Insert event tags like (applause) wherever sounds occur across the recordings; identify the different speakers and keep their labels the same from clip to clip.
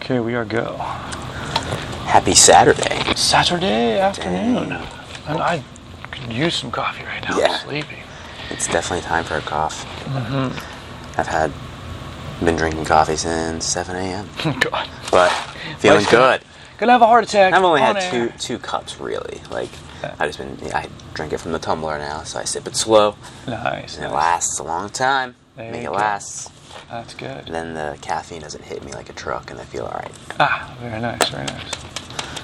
Speaker 1: Okay, we are go.
Speaker 2: Happy Saturday.
Speaker 1: Saturday afternoon. And I could use some coffee right now.
Speaker 2: Yeah.
Speaker 1: I'm sleepy. (laughs)
Speaker 2: It's definitely time for a cough.
Speaker 1: Mm-hmm.
Speaker 2: I've had, been drinking coffee since 7 a.m.,
Speaker 1: Oh, God.
Speaker 2: but feeling
Speaker 1: Life's
Speaker 2: good.
Speaker 1: Gonna have a heart attack.
Speaker 2: I've only had
Speaker 1: on
Speaker 2: two
Speaker 1: air.
Speaker 2: two cups really. Like I just been I drink it from the tumbler now, so I sip it slow.
Speaker 1: Nice.
Speaker 2: And it
Speaker 1: nice.
Speaker 2: lasts a long time.
Speaker 1: There
Speaker 2: Make
Speaker 1: you
Speaker 2: it
Speaker 1: go.
Speaker 2: last.
Speaker 1: That's good.
Speaker 2: Then the caffeine doesn't hit me like a truck, and I feel all right.
Speaker 1: Ah, very nice, very nice.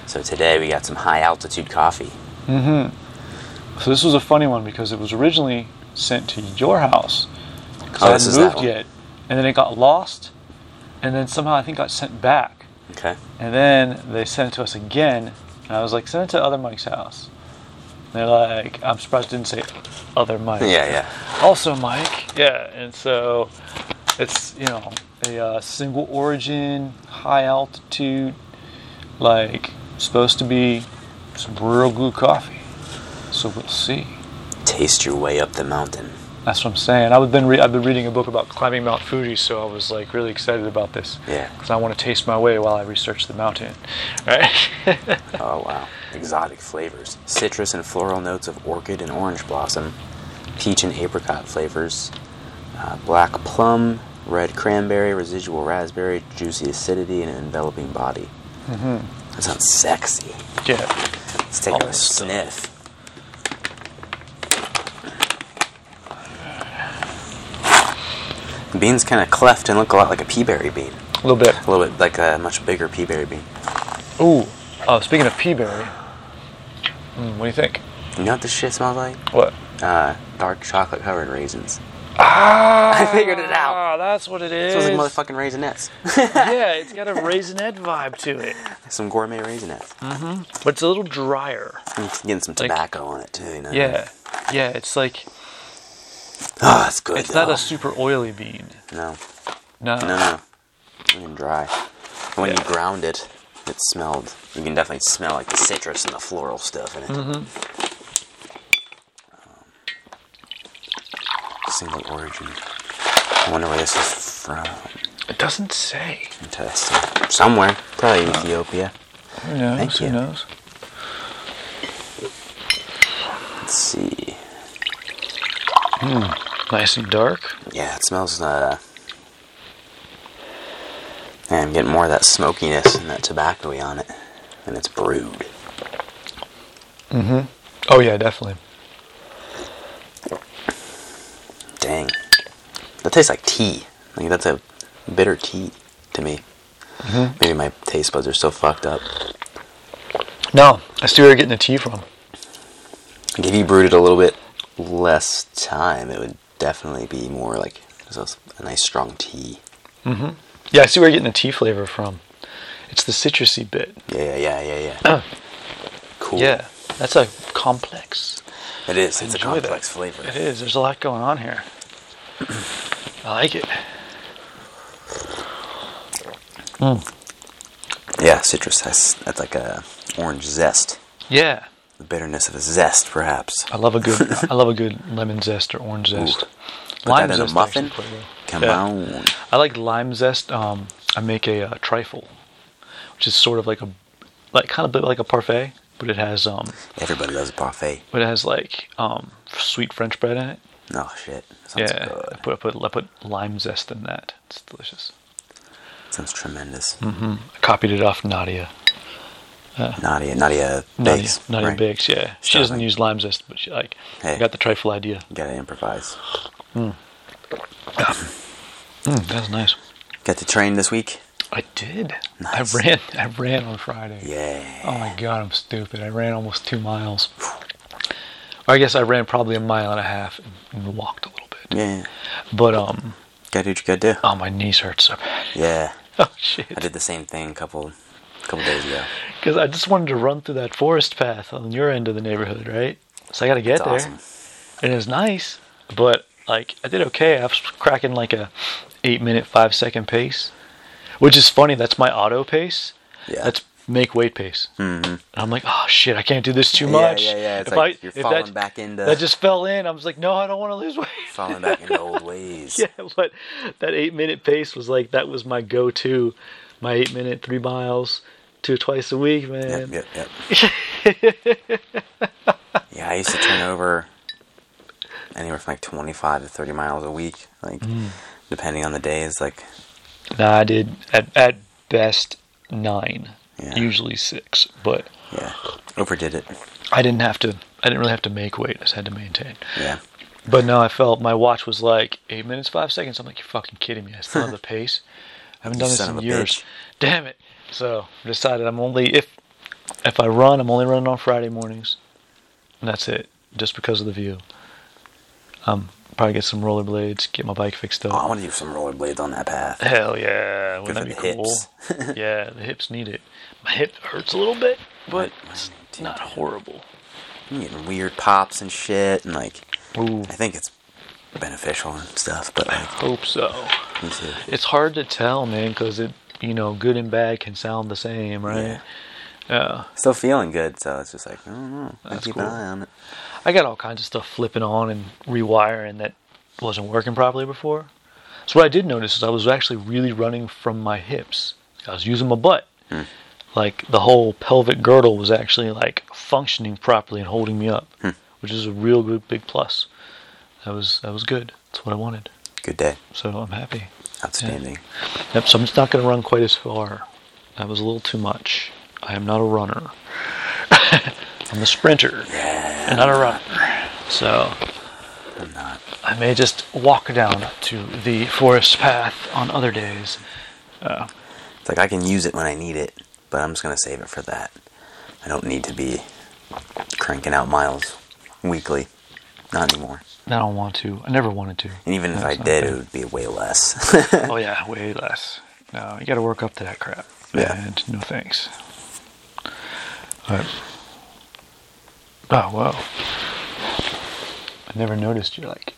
Speaker 2: So today we got some high altitude coffee.
Speaker 1: So this was a funny one because it was originally sent to your house. 'cause
Speaker 2: Oh,
Speaker 1: I
Speaker 2: this
Speaker 1: hadn't
Speaker 2: is that
Speaker 1: moved
Speaker 2: one.
Speaker 1: yet. And then it got lost. And then somehow I think got sent back.
Speaker 2: Okay.
Speaker 1: And then they sent it to us again, and I was like, send it to other Mike's house. And they're like, I'm surprised it didn't say other Mike.
Speaker 2: Yeah, yeah.
Speaker 1: Also Mike. Yeah, and so it's you know a uh, single origin, high altitude, like supposed to be some real good coffee. So we'll see.
Speaker 2: Taste your way up the mountain.
Speaker 1: That's what I'm saying. I've been re- I've been reading a book about climbing Mount Fuji, so I was like really excited about this.
Speaker 2: Yeah.
Speaker 1: Because I want to taste my way while I research the mountain, right? (laughs)
Speaker 2: Oh wow. Exotic flavors. Citrus and floral notes of orchid and orange blossom. Peach and apricot flavors. Uh, black plum, red cranberry, residual raspberry, juicy acidity, and an enveloping body. Mm-hmm. That sounds sexy.
Speaker 1: yeah.
Speaker 2: Let's take
Speaker 1: All
Speaker 2: a
Speaker 1: this stuff.
Speaker 2: sniff. The bean's kind of cleft and look a lot like a peaberry bean.
Speaker 1: A little bit.
Speaker 2: A little bit like a much bigger peaberry bean.
Speaker 1: Ooh. Oh, speaking of pea berry, mm, what do you think?
Speaker 2: You know what this shit smells like?
Speaker 1: What?
Speaker 2: Uh, dark chocolate covered raisins.
Speaker 1: Ah,
Speaker 2: (laughs) I figured it out.
Speaker 1: Ah, that's what it
Speaker 2: It
Speaker 1: is.
Speaker 2: smells like motherfucking raisinettes.
Speaker 1: yeah, it's got a raisinette vibe to it,
Speaker 2: (laughs) Some gourmet raisinettes.
Speaker 1: but it's a little drier.
Speaker 2: And it's Getting some tobacco on it too, you know?
Speaker 1: Yeah, yeah, it's like
Speaker 2: Oh, it's good.
Speaker 1: it's not
Speaker 2: though.
Speaker 1: a super oily bean.
Speaker 2: No,
Speaker 1: No,
Speaker 2: no, no. And dry. And When
Speaker 1: Yeah.
Speaker 2: you ground it, it smelled. You can definitely smell like the citrus and the floral stuff in it.
Speaker 1: Mm-hmm.
Speaker 2: Um, single origin. I wonder where this is from.
Speaker 1: it doesn't say.
Speaker 2: Interesting. Somewhere. Probably
Speaker 1: Uh-huh.
Speaker 2: Ethiopia.
Speaker 1: Who knows?
Speaker 2: Thank
Speaker 1: who
Speaker 2: you.
Speaker 1: knows?
Speaker 2: Let's see.
Speaker 1: Nice and dark.
Speaker 2: Yeah, it smells. Uh, yeah, I'm getting more of that smokiness and that tobacco-y on it, and it's brewed.
Speaker 1: Oh yeah, definitely.
Speaker 2: Dang, that tastes like tea. Like that's a bitter tea to me.
Speaker 1: Mm-hmm.
Speaker 2: Maybe my taste buds are so fucked up.
Speaker 1: No, I see where you're getting the tea from.
Speaker 2: Like if you brewed it a little bit less time, it would definitely be more like just a nice strong tea.
Speaker 1: Yeah, I see where you're getting the tea flavor from. It's the citrusy bit.
Speaker 2: Yeah, yeah, yeah, yeah.
Speaker 1: Oh.
Speaker 2: yeah. cool.
Speaker 1: Yeah, that's a complex.
Speaker 2: it is. It's a
Speaker 1: Enjoy that.
Speaker 2: complex flavor.
Speaker 1: It is. There's a lot going on here. (clears throat) I like it.
Speaker 2: Yeah, citrus. That's, that's like a orange zest.
Speaker 1: Yeah,
Speaker 2: The bitterness of a zest, perhaps.
Speaker 1: I love a
Speaker 2: (laughs)
Speaker 1: good. I love a good lemon zest or orange zest.
Speaker 2: Ooh. Put that in a
Speaker 1: actually
Speaker 2: muffin.
Speaker 1: quite well.
Speaker 2: Come
Speaker 1: Yeah.
Speaker 2: on.
Speaker 1: I like lime zest. Um, I make a, uh trifle, which is sort of like a, like kind of bit like a parfait, but it has um,
Speaker 2: Everybody loves a parfait.
Speaker 1: but it has like um, sweet French bread in it.
Speaker 2: Oh shit. Sounds
Speaker 1: yeah, I
Speaker 2: good.
Speaker 1: put, I put I put lime zest in that. It's delicious.
Speaker 2: Sounds tremendous.
Speaker 1: I copied it off Nadia.
Speaker 2: Nadia, Nadia
Speaker 1: Nadia,
Speaker 2: Bakes.
Speaker 1: Nadia
Speaker 2: right?
Speaker 1: Bakes, yeah. She doesn't
Speaker 2: Starving.
Speaker 1: use lime zest, but she like
Speaker 2: Hey.
Speaker 1: I got the trifle idea.
Speaker 2: You gotta improvise.
Speaker 1: Mm, that was nice.
Speaker 2: Got to train this week?
Speaker 1: I did.
Speaker 2: Nice.
Speaker 1: I ran. (laughs) I ran on Friday.
Speaker 2: Yeah.
Speaker 1: Oh my god, I'm stupid. I ran almost two miles. Or I guess I ran probably a mile and a half and, and walked a little bit.
Speaker 2: Yeah.
Speaker 1: But um,
Speaker 2: Gotta do what you gotta do.
Speaker 1: oh my knees hurt so bad. (laughs)
Speaker 2: Yeah.
Speaker 1: Oh
Speaker 2: I
Speaker 1: shit!
Speaker 2: did the same thing a couple couple days ago.
Speaker 1: Because I just wanted to run through that forest path on your end of the neighborhood, right? So I got to get
Speaker 2: It's
Speaker 1: there.
Speaker 2: awesome.
Speaker 1: and it was nice, but like I did okay. I was cracking like a eight minute five second pace, which is funny. That's my auto pace.
Speaker 2: Yeah.
Speaker 1: That's make weight pace. Mm-hmm. And I'm like, oh shit, I can't do this too
Speaker 2: Yeah,
Speaker 1: much.
Speaker 2: yeah, yeah. It's like you're falling
Speaker 1: that,
Speaker 2: back into-
Speaker 1: that just fell in. I was like, no, I don't want to lose weight. (laughs)
Speaker 2: Falling back into old ways.
Speaker 1: yeah, but that eight minute pace was like that was my go to my eight minute three miles two twice a week,
Speaker 2: Yep,
Speaker 1: man.
Speaker 2: yep, yep.
Speaker 1: (laughs)
Speaker 2: yeah, I used to turn over anywhere from like 25 to 30 miles a week, like
Speaker 1: Mm.
Speaker 2: depending on the days. Like,
Speaker 1: Nah, I did at at best nine,
Speaker 2: Yeah.
Speaker 1: usually six, but
Speaker 2: yeah, overdid it.
Speaker 1: I didn't have to. I didn't really have to make weight. I just had to maintain.
Speaker 2: Yeah,
Speaker 1: But no, I felt my watch was like eight minutes five seconds. I'm like, you're fucking kidding me. I still have the pace. I haven't
Speaker 2: You
Speaker 1: done this
Speaker 2: son
Speaker 1: in
Speaker 2: of a
Speaker 1: years.
Speaker 2: bitch.
Speaker 1: Damn it! So I decided I'm only if if I run, I'm only running on Friday mornings, and that's it. Just because of the view. Um, probably get some rollerblades, get my bike fixed up.
Speaker 2: oh, I want to do some rollerblades on that path.
Speaker 1: Hell yeah! Wouldn't that
Speaker 2: Good
Speaker 1: be
Speaker 2: for the
Speaker 1: cool?
Speaker 2: (laughs)
Speaker 1: yeah, the hips need it. My hip hurts a little bit, but
Speaker 2: Right,
Speaker 1: it's
Speaker 2: mine too,
Speaker 1: not
Speaker 2: dude.
Speaker 1: horrible.
Speaker 2: I'm getting weird pops and shit, and like,
Speaker 1: Ooh,
Speaker 2: I think it's beneficial and stuff. But like,
Speaker 1: hope so.
Speaker 2: me
Speaker 1: (laughs)
Speaker 2: too.
Speaker 1: It's hard to tell, man, because it you know good and bad can sound the same, right? Yeah.
Speaker 2: Still feeling good, so it's just like, I don't know. I
Speaker 1: That's
Speaker 2: keep
Speaker 1: cool.
Speaker 2: an eye on it.
Speaker 1: I got all kinds of stuff flipping on and rewiring that wasn't working properly before. So what I did notice is I was actually really running from my hips. I was using my butt. Like the whole pelvic girdle was actually like functioning properly and holding me up, which is a real good big plus. That was that was good. That's what I wanted.
Speaker 2: Good day.
Speaker 1: So I'm happy.
Speaker 2: Outstanding.
Speaker 1: Yep, so I'm just not going to run quite as far. That was a little too much. I am not a runner. (laughs) I'm a sprinter, and not a runner. So
Speaker 2: I'm not.
Speaker 1: I may just walk down to the forest path on other days.
Speaker 2: It's like I can use it when I need it, but I'm just gonna save it for that. I don't need to be cranking out miles weekly, not anymore.
Speaker 1: And I don't want to. I never wanted to.
Speaker 2: And even if
Speaker 1: That's
Speaker 2: I
Speaker 1: not
Speaker 2: did,
Speaker 1: bad.
Speaker 2: it would be way
Speaker 1: (laughs)
Speaker 2: less.
Speaker 1: oh yeah, way less. No, you got to work up to that crap.
Speaker 2: Yeah.
Speaker 1: And no thanks. But, oh wow. I never noticed you're like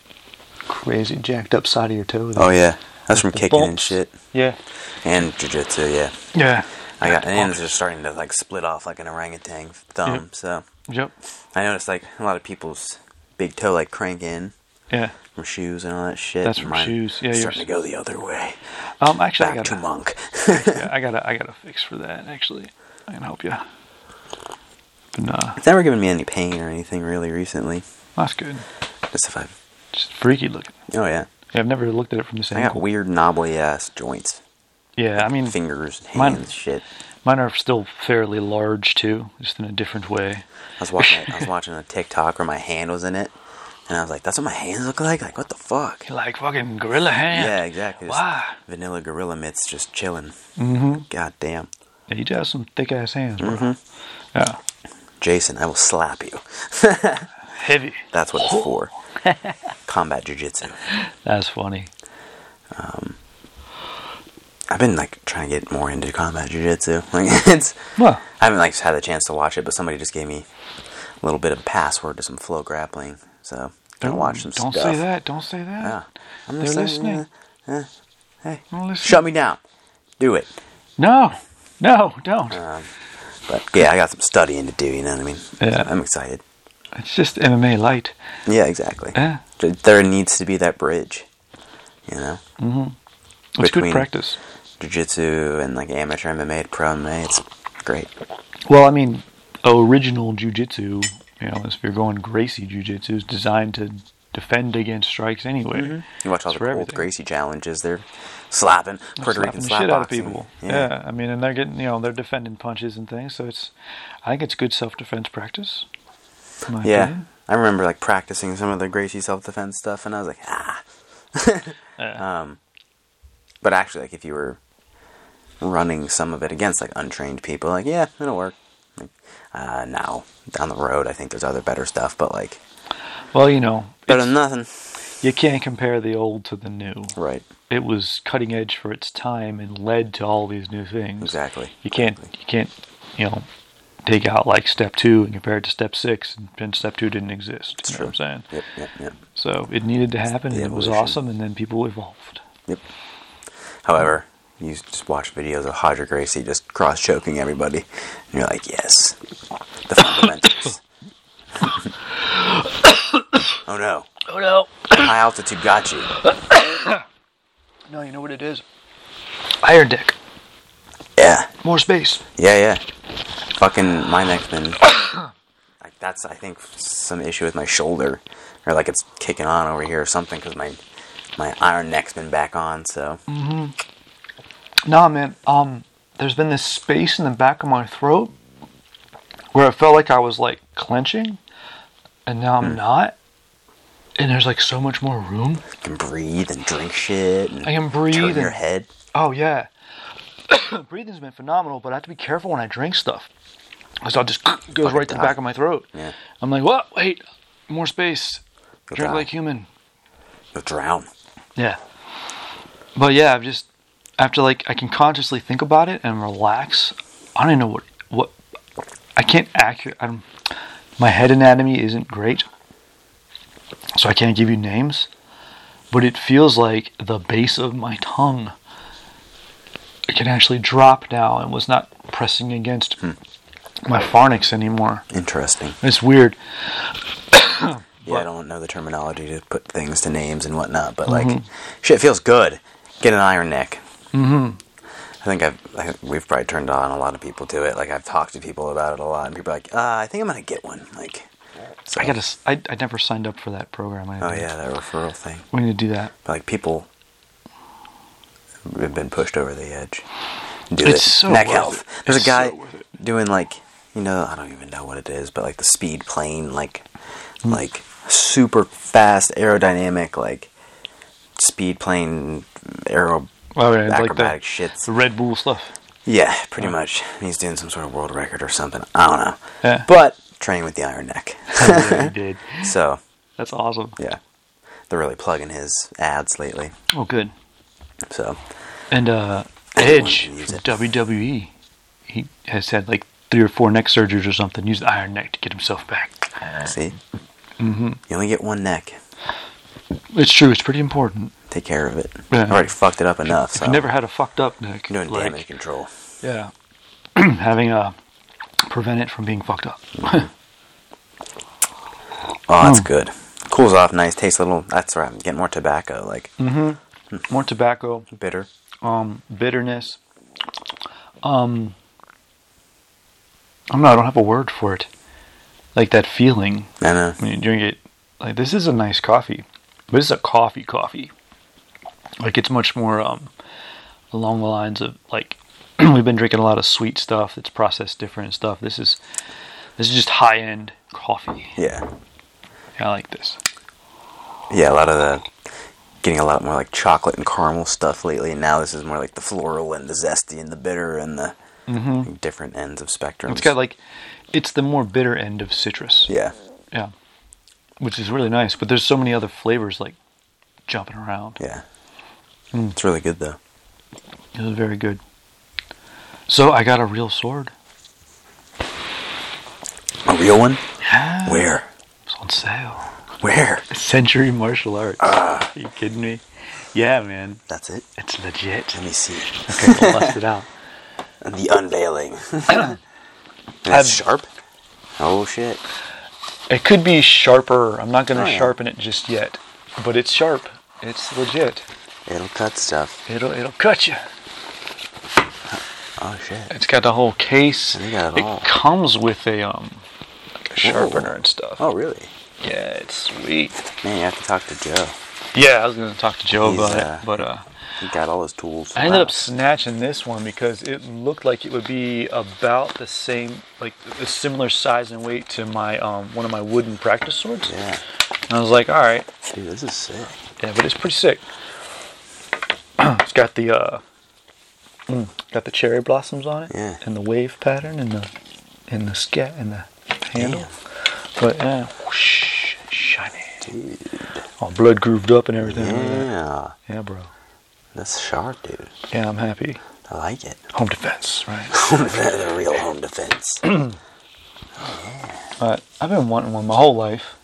Speaker 1: crazy jacked up side of your toe. there.
Speaker 2: oh yeah, that's from
Speaker 1: The
Speaker 2: kicking and
Speaker 1: bumps.
Speaker 2: shit,
Speaker 1: Yeah.
Speaker 2: and jujitsu. Yeah,
Speaker 1: Yeah.
Speaker 2: I got and
Speaker 1: Bumps.
Speaker 2: it's just starting to like split off like an orangutan thumb.
Speaker 1: Yep.
Speaker 2: So
Speaker 1: Yep.
Speaker 2: I noticed like a lot of people's big toe like crank in
Speaker 1: Yeah.
Speaker 2: from shoes and all that shit.
Speaker 1: That's
Speaker 2: and
Speaker 1: from
Speaker 2: mine
Speaker 1: shoes. Yeah, yours-
Speaker 2: starting to go the other way,
Speaker 1: Um. Actually, I
Speaker 2: back
Speaker 1: got
Speaker 2: to monk. (laughs)
Speaker 1: yeah, I got a, I got a fix for that. Actually, I can help you. But nah,
Speaker 2: it's never given me any pain or anything really recently.
Speaker 1: that's good.
Speaker 2: Just if I've
Speaker 1: Just freaky looking.
Speaker 2: Oh yeah,
Speaker 1: Yeah, I've never looked at it from this
Speaker 2: I got
Speaker 1: angle.
Speaker 2: weird knobbly ass joints,
Speaker 1: Yeah, I mean,
Speaker 2: fingers, hands,
Speaker 1: Mine-
Speaker 2: shit.
Speaker 1: mine are still fairly large too, just in a different way.
Speaker 2: I was watching, I was watching a TikTok where my hand was in it, and I was like, "That's what my hands look like." Like, what the fuck?
Speaker 1: Like fucking gorilla hand.
Speaker 2: Yeah, exactly. Just
Speaker 1: Wow.
Speaker 2: Vanilla gorilla mitts just chilling.
Speaker 1: Mm-hmm.
Speaker 2: God damn,
Speaker 1: Yeah, you do have some thick ass hands, bro.
Speaker 2: Mm-hmm.
Speaker 1: Yeah.
Speaker 2: Jason, I will slap you.
Speaker 1: Heavy.
Speaker 2: That's what it's
Speaker 1: (laughs)
Speaker 2: for. Combat jujitsu.
Speaker 1: That's funny.
Speaker 2: I've been like trying to get more into combat jujitsu. (laughs) Like, it's
Speaker 1: Well,
Speaker 2: I haven't like had the chance to watch it, but somebody just gave me a little bit of password to some flow grappling. So gonna
Speaker 1: don't
Speaker 2: watch some
Speaker 1: Don't
Speaker 2: stuff.
Speaker 1: say that. Don't say that.
Speaker 2: Yeah. Ah, I'm
Speaker 1: They're
Speaker 2: just saying,
Speaker 1: listening.
Speaker 2: uh, Hey,
Speaker 1: Don't listen.
Speaker 2: shut me down. Do it.
Speaker 1: No. No, don't.
Speaker 2: Uh. But yeah, I got some studying to do. You know what I mean?
Speaker 1: Yeah.
Speaker 2: I'm excited.
Speaker 1: it's just MMA light. Eh,
Speaker 2: Yeah, exactly.
Speaker 1: Yeah.
Speaker 2: Th- There needs to be that bridge. You know,
Speaker 1: It's
Speaker 2: Between-
Speaker 1: good practice.
Speaker 2: jujitsu and like amateur MMA, pro MMA. It's great.
Speaker 1: Well, I mean, original jujitsu, you know, if you're going Gracie jujitsu, is designed to defend against strikes anyway.
Speaker 2: You watch all
Speaker 1: It's
Speaker 2: the
Speaker 1: for
Speaker 2: old
Speaker 1: everything.
Speaker 2: Gracie challenges. They're slapping Puerto
Speaker 1: Slapping
Speaker 2: Rican
Speaker 1: the
Speaker 2: slap
Speaker 1: shit out of
Speaker 2: boxing.
Speaker 1: people. Yeah. I mean, and they're getting, you know, they're defending punches and things. So it's, I think it's good self defense practice. in my
Speaker 2: Yeah.
Speaker 1: opinion.
Speaker 2: I remember like practicing some of the Gracie self defense stuff, and I was like, ah. um, but actually, like if you were running some of it against like untrained people, like yeah, it'll work. Like, uh, now down the road, I think there's other better stuff, but like
Speaker 1: Well, you know,
Speaker 2: better
Speaker 1: it's-
Speaker 2: than nothing,
Speaker 1: you can't compare the old to the new.
Speaker 2: right?
Speaker 1: It was cutting edge for its time and led to all these new things.
Speaker 2: Exactly.
Speaker 1: you can't you can't you know take out like step two and compare it to step six and then step two didn't exist you know what i'm saying
Speaker 2: Yep, yep, yep,
Speaker 1: so it needed to happen and
Speaker 2: the
Speaker 1: it was
Speaker 2: evolution.
Speaker 1: awesome and then people evolved
Speaker 2: yep. However, you just watch videos of Hodger Gracie just cross choking everybody, and you're like, yes, the fundamentals. (laughs) oh no.
Speaker 1: oh no
Speaker 2: High altitude got you.
Speaker 1: no you know what it is iron dick More space.
Speaker 2: Yeah, yeah. Fucking my neck
Speaker 1: (coughs)
Speaker 2: then. like that's I think some issue with my shoulder, or like it's kicking on over here or something because my my iron neck's been back on. So
Speaker 1: Nah, man. Um, there's been this space in the back of my throat where I felt like I was like clenching, and now I'm not. And there's like so much more room.
Speaker 2: you can breathe and drink shit. And
Speaker 1: I can
Speaker 2: Turn
Speaker 1: breathe
Speaker 2: your
Speaker 1: and-
Speaker 2: head.
Speaker 1: Oh yeah, (coughs) breathing's been phenomenal, but I have to be careful when I drink stuff, because I'll just (coughs) goes
Speaker 2: Fucking
Speaker 1: right to the
Speaker 2: die.
Speaker 1: back of my throat.
Speaker 2: Yeah.
Speaker 1: I'm like, what? Wait, more space.
Speaker 2: You'll
Speaker 1: Drink
Speaker 2: die.
Speaker 1: like human.
Speaker 2: You'll drown.
Speaker 1: Yeah. But yeah, I've just after like I can consciously think about it and relax. I don't even know what what I can't accurate. I'm, my head anatomy isn't great, so I can't give you names. But it feels like the base of my tongue it can actually drop now and was not pressing against
Speaker 2: Hmm.
Speaker 1: my pharynx anymore.
Speaker 2: Interesting.
Speaker 1: It's weird.
Speaker 2: Yeah, I don't know the terminology to put things to names and whatnot, but like, shit feels good. Get an iron neck. Mm-hmm. I think I've I, think we've probably turned on a lot of people to it. Like I've talked to people about it a lot, and people are like, uh, I think I'm gonna get one. Like, so-
Speaker 1: I got to. I, I never signed up for that program. I
Speaker 2: Oh
Speaker 1: did.
Speaker 2: yeah, that referral thing.
Speaker 1: We need to do that.
Speaker 2: But, like people have been pushed over the edge. Do
Speaker 1: It's
Speaker 2: it.
Speaker 1: so
Speaker 2: Neck
Speaker 1: worth
Speaker 2: health.
Speaker 1: it.
Speaker 2: There's
Speaker 1: It's
Speaker 2: a guy
Speaker 1: so worth it.
Speaker 2: doing like you know I don't even know what it is, but like the speed plane, like
Speaker 1: Hmm.
Speaker 2: like super fast aerodynamic like speed plane aero
Speaker 1: Oh, yeah, like
Speaker 2: acrobatic
Speaker 1: the,
Speaker 2: shits.
Speaker 1: the Red Bull stuff.
Speaker 2: Yeah, pretty much. He's doing some sort of world record or something. I don't know.
Speaker 1: (laughs)
Speaker 2: (laughs)
Speaker 1: Yeah.
Speaker 2: But training with the iron neck.
Speaker 1: Yeah, you did.
Speaker 2: so
Speaker 1: That's awesome.
Speaker 2: yeah, they're really plugging his ads lately.
Speaker 1: Oh, good.
Speaker 2: So
Speaker 1: And uh,
Speaker 2: Anyone
Speaker 1: Edge
Speaker 2: can use
Speaker 1: from
Speaker 2: it.
Speaker 1: WWE, he has had like three or four neck surgeries or something. Used the iron neck to get himself back.
Speaker 2: See? Mm-hmm. You only get one neck.
Speaker 1: It's true. It's pretty important.
Speaker 2: Take care of it.
Speaker 1: Yeah.
Speaker 2: I've already fucked it up enough.
Speaker 1: If
Speaker 2: So
Speaker 1: you never had a fucked up neck,
Speaker 2: I'm doing
Speaker 1: like,
Speaker 2: damage control.
Speaker 1: yeah, (clears throat) having a prevent it from being fucked up.
Speaker 2: Oh, that's good. Cools off nice. Tastes a little. That's right. I'm getting more tobacco, like
Speaker 1: Mm. More tobacco,
Speaker 2: bitter.
Speaker 1: um, bitterness. Um, I don't know. I don't have a word for it. Like that feeling.
Speaker 2: I know.
Speaker 1: when you drink it, like this is a nice coffee, but it's a coffee coffee. Like it's much more um, along the lines of like (clears throat) we've been drinking a lot of sweet stuff that's processed different and stuff. This is this is just high end coffee.
Speaker 2: Yeah,
Speaker 1: I like this.
Speaker 2: yeah. A lot of the getting a lot more like chocolate and caramel stuff lately. And now this is more like the floral and the zesty and the bitter and the different ends of spectrum.
Speaker 1: Mm-hmm. It's got like it's the more bitter end of citrus.
Speaker 2: yeah,
Speaker 1: Yeah. Which is really nice, but there's so many other flavors like jumping around.
Speaker 2: yeah.
Speaker 1: Mm.
Speaker 2: It's really good though.
Speaker 1: It was very good. So I got a real sword.
Speaker 2: A real one?
Speaker 1: Yeah.
Speaker 2: Where?
Speaker 1: It's on sale.
Speaker 2: Where?
Speaker 1: Century Martial Arts.
Speaker 2: Ah.
Speaker 1: Are you kidding me? Yeah, man.
Speaker 2: That's it.
Speaker 1: It's legit.
Speaker 2: (laughs) Let me see.
Speaker 1: People bust it out.
Speaker 2: The
Speaker 1: (laughs)
Speaker 2: unveiling.
Speaker 1: I've-
Speaker 2: That's sharp. Oh shit!
Speaker 1: It could be sharper. I'm not going to
Speaker 2: Oh, yeah.
Speaker 1: sharpen it just yet, but it's sharp. It's legit.
Speaker 2: It'll cut stuff.
Speaker 1: It'll it'll cut you.
Speaker 2: Oh shit!
Speaker 1: It's got the whole case.
Speaker 2: They got it all.
Speaker 1: comes with a um like a sharpener and stuff.
Speaker 2: Oh really?
Speaker 1: Yeah, it's sweet.
Speaker 2: Man, you have to talk to Joe.
Speaker 1: Yeah, I was going to talk to Joe
Speaker 2: He's,
Speaker 1: about
Speaker 2: uh,
Speaker 1: it, but uh
Speaker 2: He got all his tools.
Speaker 1: I ended
Speaker 2: Wow.
Speaker 1: up snatching this one because it looked like it would be about the same, like a similar size and weight to my um, one of my wooden practice swords.
Speaker 2: Yeah,
Speaker 1: And I was like, all right,
Speaker 2: dude, this is sick.
Speaker 1: yeah, but it's pretty sick. (clears throat) it's got the uh, mm, got the cherry blossoms on it,
Speaker 2: Yeah.
Speaker 1: and the wave pattern, and the and the scat and the handle.
Speaker 2: Damn.
Speaker 1: But yeah, whoosh, shiny, all blood grooved up and everything.
Speaker 2: Yeah,
Speaker 1: yeah, bro.
Speaker 2: that's sharp, dude.
Speaker 1: Yeah, I'm happy.
Speaker 2: I like it. (laughs)
Speaker 1: Home defense, right?
Speaker 2: the real
Speaker 1: (clears throat)
Speaker 2: home defense.
Speaker 1: But I've been wanting one my whole life.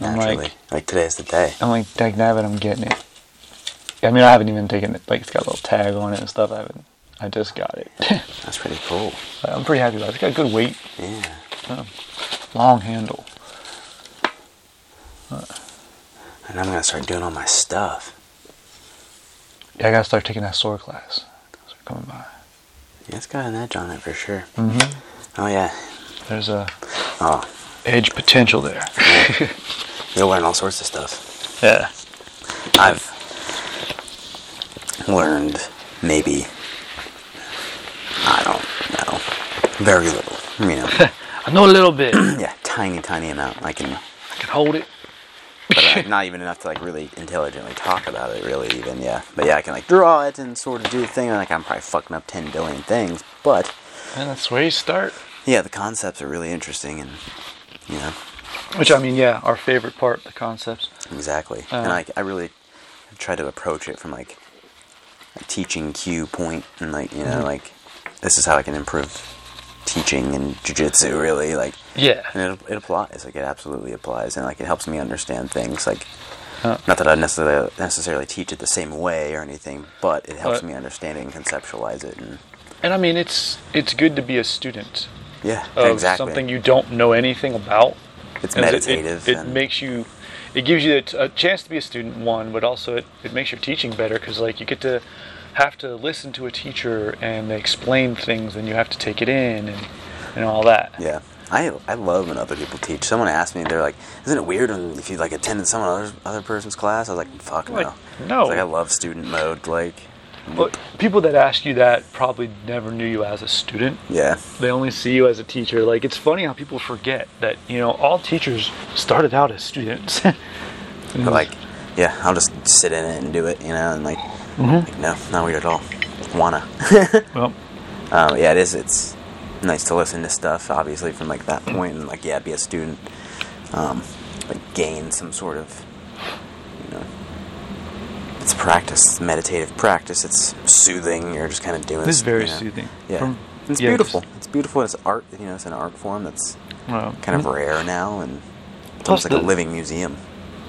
Speaker 1: I'm
Speaker 2: Naturally,
Speaker 1: like,
Speaker 2: like, today's the day.
Speaker 1: I'm like, dag nabbit, I'm getting it. I mean, I haven't even taken it. Like, it's got a little tag on it and stuff. I haven't. I just got it. (laughs)
Speaker 2: That's pretty cool.
Speaker 1: But I'm pretty happy about it. It's got good weight,
Speaker 2: Yeah,
Speaker 1: long handle.
Speaker 2: and I'm gonna start doing all my stuff.
Speaker 1: Yeah, I gotta start taking that sword class. Start coming by. Mm-hmm.
Speaker 2: It's got an edge on it for sure. Oh yeah.
Speaker 1: There's a
Speaker 2: Oh,
Speaker 1: edge potential there.
Speaker 2: you'll learn all sorts of stuff.
Speaker 1: yeah.
Speaker 2: I've learned maybe I don't know very little. You know,
Speaker 1: I know a little bit. I
Speaker 2: yeah, tiny, tiny amount. I can,
Speaker 1: can hold it.
Speaker 2: but uh, not even enough to like really intelligently talk about it. Really, even yeah. But yeah, I can like draw it and sort of do the thing. Like I'm probably fucking up ten billion things, but
Speaker 1: And that's where you start.
Speaker 2: yeah, the concepts are really interesting and you know.
Speaker 1: Which I mean, yeah, our favorite part, the concepts.
Speaker 2: Exactly.
Speaker 1: Uh,
Speaker 2: and like I really try to approach it from like a teaching cue point and like, you know,
Speaker 1: Mm-hmm.
Speaker 2: like this is how I can improve teaching and jujitsu really like
Speaker 1: Yeah.
Speaker 2: and it, it applies like it absolutely applies and like it helps me understand things like
Speaker 1: Uh,
Speaker 2: not that I necessarily necessarily teach it the same way or anything but it helps
Speaker 1: But-
Speaker 2: me understand it and conceptualize it and
Speaker 1: and I mean, it's it's good to be a student
Speaker 2: yeah
Speaker 1: of
Speaker 2: exactly
Speaker 1: Oh, something you don't know anything about.
Speaker 2: it's
Speaker 1: And it-
Speaker 2: meditative
Speaker 1: It, it,
Speaker 2: and
Speaker 1: makes you. It gives you a, a chance to be a student one, but also it, it makes your teaching better because like you get to have to listen to a teacher and they explain things and you have to take it in and, and all that.
Speaker 2: Yeah. I, I love when other people teach. Someone asked me, they're like, "Isn't it weird when if you like attended someone other other person's class?" I was like, "Fuck no."
Speaker 1: Like,
Speaker 2: It's
Speaker 1: no.
Speaker 2: like I love student mode. Like,
Speaker 1: But people that ask you that probably never knew you as a student.
Speaker 2: yeah,
Speaker 1: They only see you as a teacher. Like it's funny how people forget that you know all teachers started out as students. (laughs)
Speaker 2: but like, yeah, I'll just sit in it and do it, you know, and like,
Speaker 1: Mm-hmm.
Speaker 2: like, no, not weird at all. Wanna?
Speaker 1: well,
Speaker 2: um, yeah, it is. It's nice to listen to stuff, obviously, from like that point, and like, yeah, be a student, um, like gain some sort of, you know, it's practice, meditative practice. It's soothing. You're just kind of doing.
Speaker 1: this is very
Speaker 2: you know.
Speaker 1: soothing.
Speaker 2: Yeah.
Speaker 1: From-
Speaker 2: it's
Speaker 1: yeah,
Speaker 2: beautiful.
Speaker 1: just-
Speaker 2: It's beautiful. It's art. You know, it's an art form that's
Speaker 1: well,
Speaker 2: kind of rare now, and it's
Speaker 1: Mm-hmm. Plus
Speaker 2: almost like a
Speaker 1: the-
Speaker 2: living museum.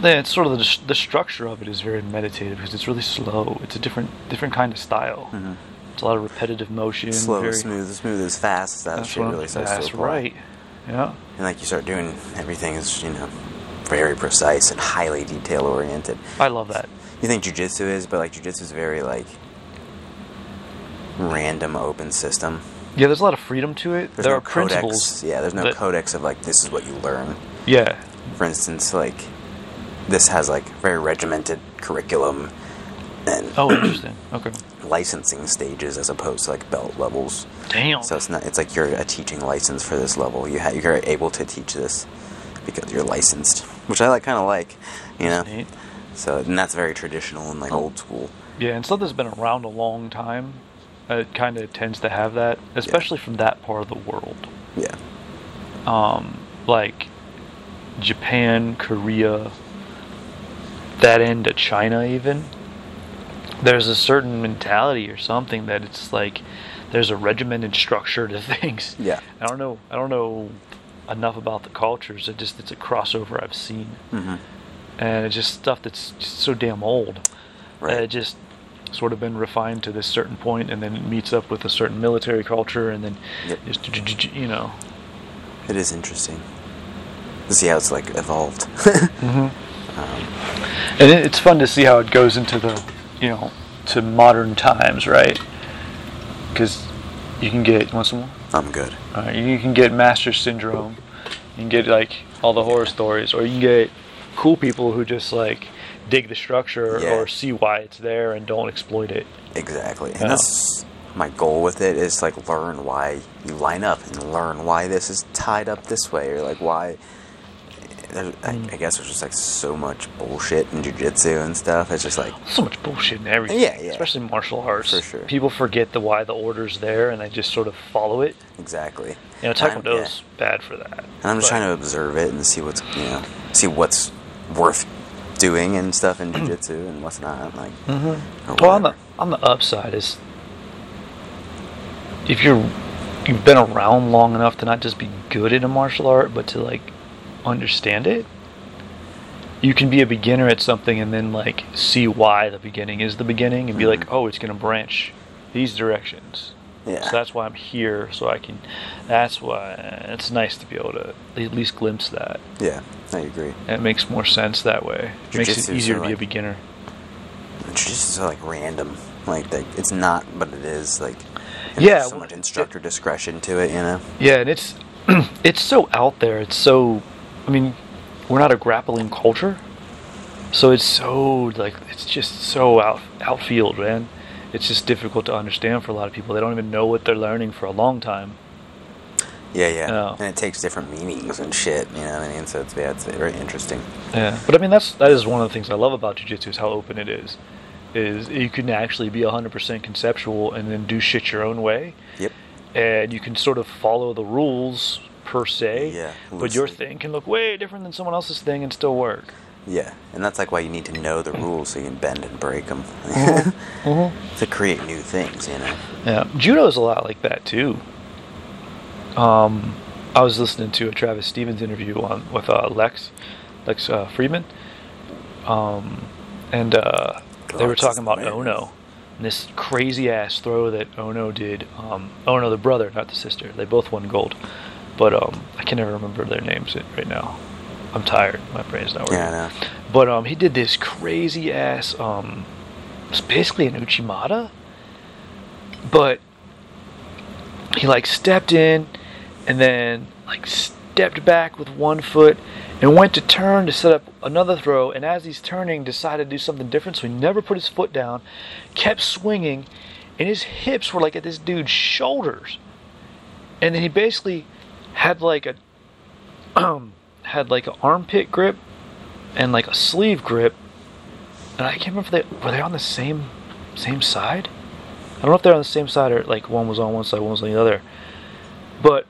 Speaker 1: Yeah, it's sort of the, the structure of it is very meditative because it's really slow. It's a different different kind of style. It's a lot of repetitive motion.
Speaker 2: Mm-hmm. Slow
Speaker 1: very,
Speaker 2: is smooth, as smooth as fast. As that
Speaker 1: That's,
Speaker 2: shit
Speaker 1: what I'm-
Speaker 2: really starts
Speaker 1: that's
Speaker 2: to apply.
Speaker 1: right. Yeah.
Speaker 2: And like you start doing everything is you know very precise and highly detail oriented.
Speaker 1: I love that.
Speaker 2: You think jujitsu is, but like jujitsu is very like random open system.
Speaker 1: Yeah, there's a lot of freedom to it.
Speaker 2: There's
Speaker 1: there
Speaker 2: no
Speaker 1: are principles.
Speaker 2: codex. Yeah, there's no
Speaker 1: that-
Speaker 2: codex of like this is what you learn.
Speaker 1: Yeah.
Speaker 2: for instance, like this has like very regimented curriculum and
Speaker 1: Oh, interesting. Okay.
Speaker 2: (clears throat) licensing stages as opposed to like belt levels.
Speaker 1: Damn.
Speaker 2: So it's not it's like you're a teaching license for this level. You ha- you're able to teach this because you're licensed, which I like kind of like, you know.
Speaker 1: Neat. Oh.
Speaker 2: So and that's very traditional and like old school.
Speaker 1: Yeah, and stuff that's been around a long time, uh, it kind of tends to have that, especially from that part of the world.
Speaker 2: Yeah.
Speaker 1: Um, like Japan, Korea, that end of China, even, there's a certain mentality or something that it's like there's a regimented structure to (laughs) things.
Speaker 2: Yeah.
Speaker 1: I don't know. I don't know enough about the cultures. It just it's a crossover I've seen,
Speaker 2: Mhm.
Speaker 1: and it's just stuff that's just so damn old.
Speaker 2: Right.
Speaker 1: Uh, just sort of been refined to this certain point, and then it meets up with a certain military culture, and then
Speaker 2: Yep.
Speaker 1: just you know.
Speaker 2: It is interesting to see how it's like evolved. (laughs)
Speaker 1: And it, it's fun to see how it goes into the, you know, to modern times, right? Because you can get want some more?
Speaker 2: I'm good.
Speaker 1: Uh, you can get master syndrome. You can get like all the horror stories, or you can get cool people who just like dig the structure
Speaker 2: Yeah.
Speaker 1: or see why it's there and don't exploit it.
Speaker 2: Exactly. And
Speaker 1: Yeah.
Speaker 2: that's my goal with it is like learn why you line up and learn why this is tied up this way or like why there, I,
Speaker 1: Hmm.
Speaker 2: I guess there's just like so much bullshit in jujitsu and stuff. It's just like
Speaker 1: So much bullshit in everything,
Speaker 2: Yeah, yeah.
Speaker 1: especially martial arts.
Speaker 2: For sure.
Speaker 1: People forget the why the order's there and they just sort of follow it.
Speaker 2: exactly.
Speaker 1: You know,
Speaker 2: And I'm- yeah.
Speaker 1: Taekwondo's bad for that.
Speaker 2: And I'm just
Speaker 1: but-
Speaker 2: trying to observe it and see what's you know see what's worth doing and stuff
Speaker 1: (clears throat)
Speaker 2: in jujitsu and what's not. Like or
Speaker 1: Hmm. Well, on the
Speaker 2: whatever.
Speaker 1: on the upside is if you're you've been around long enough to not just be good at a martial art, but to like understand it, you can be a beginner at something and then like see why the beginning is the beginning and be like, oh, it's gonna branch these directions.
Speaker 2: Yeah.
Speaker 1: So that's why I'm here, so I can. That's why it's nice to be able to at least glimpse that.
Speaker 2: yeah, I agree.
Speaker 1: It makes more sense that way. It makes
Speaker 2: Jujitsu,
Speaker 1: it
Speaker 2: so,
Speaker 1: easier to be a
Speaker 2: like-
Speaker 1: beginner.
Speaker 2: Jujitsu is like random. Like that it's not, but it is like And
Speaker 1: Yeah,
Speaker 2: there's so
Speaker 1: well,
Speaker 2: much instructor discretion to it, you know.
Speaker 1: Yeah, and it's (clears throat) it's so out there. It's so I mean, we're not a grappling culture. So it's so like it's just so out outfield, man. It's just difficult to understand for a lot of people. They don't even know what they're learning for a long time.
Speaker 2: Yeah, yeah.
Speaker 1: Oh.
Speaker 2: And it takes different meanings and shit, you know what I mean? So it's, yeah, it's very interesting.
Speaker 1: Yeah. But I mean that's that is one of the things I love about jiu-jitsu is how open it is. Is you can actually be 100% conceptual and then do shit your own way.
Speaker 2: Yep.
Speaker 1: and you can sort of follow the rules per se.
Speaker 2: Yeah,
Speaker 1: But your
Speaker 2: loosely.
Speaker 1: thing can look way different than someone else's thing and still work.
Speaker 2: Yeah. And that's like why you need to know the
Speaker 1: Mm.
Speaker 2: rules so you can bend and break them
Speaker 1: Mm-hmm.
Speaker 2: (laughs) to create new things, you know.
Speaker 1: Yeah, judo's a lot like that too. Um, I was listening to a Travis Stevens interview on with uh, Lex, Lex uh, Friedman, um, and uh, they were
Speaker 2: Lex is
Speaker 1: talking about
Speaker 2: the man.
Speaker 1: Ono, and this crazy ass throw that Ono did. Um, Ono, the brother, not the sister. They both won gold, but um, I can never remember their names right now. I'm tired. My brain's not working.
Speaker 2: Yeah, I know.
Speaker 1: But um, he did this crazy ass. Um, it's basically an Uchimata, but he like stepped in and then like stepped back with one foot and went to turn to set up another throw. And as he's turning, decided to do something different, so he never put his foot down, kept swinging, and his hips were like at this dude's shoulders. And then he basically had like a (clears throat) had like an armpit grip and like a sleeve grip. And I can't remember if they were they on the same same side. I don't know if they're on the same side or like one was on one side, one was on the other. But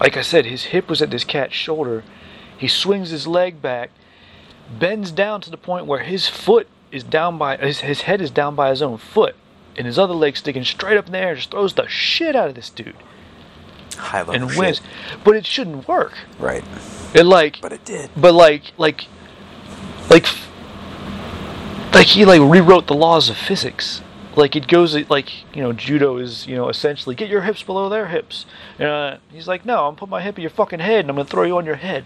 Speaker 1: like I said, his hip was at this cat's shoulder. He swings his leg back, bends down to the point where his foot is down by his, his head is down by his own foot, and his other leg sticking straight up in the air. Just throws the shit out of this dude
Speaker 2: High level
Speaker 1: and
Speaker 2: Oh, shit.
Speaker 1: wins. But it shouldn't work.
Speaker 2: Right.
Speaker 1: It like
Speaker 2: But it did.
Speaker 1: but like like like f- like he like rewrote the laws of physics like it goes like you know judo is you know essentially get your hips below their hips uh, he's like no i'm putting my hip in your fucking head and i'm gonna throw you on your head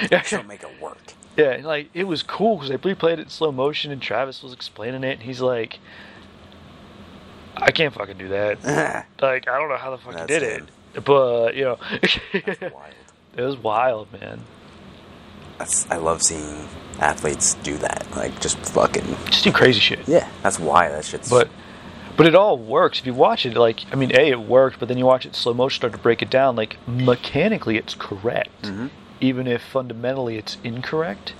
Speaker 1: (laughs)
Speaker 2: She'll make it work. (laughs)
Speaker 1: yeah, and, like it was cool because they replayed it in slow motion, and Travis was explaining it, and he's like, "I can't fucking do
Speaker 2: (laughs)
Speaker 1: that. like, I don't know how the fuck you
Speaker 2: That's
Speaker 1: did
Speaker 2: him.
Speaker 1: it, but you know, (laughs) it
Speaker 2: Wild.
Speaker 1: was wild, man.
Speaker 2: That's, I love seeing athletes do that. Like, just fucking.
Speaker 1: Just do crazy shit."
Speaker 2: Yeah. That's why that shit's.
Speaker 1: But but it all works if you watch it. Like I mean, a it worked, but then you watch it in slow motion, start to break it down. Like mechanically, it's correct,
Speaker 2: Mm-hmm.
Speaker 1: even if fundamentally it's incorrect.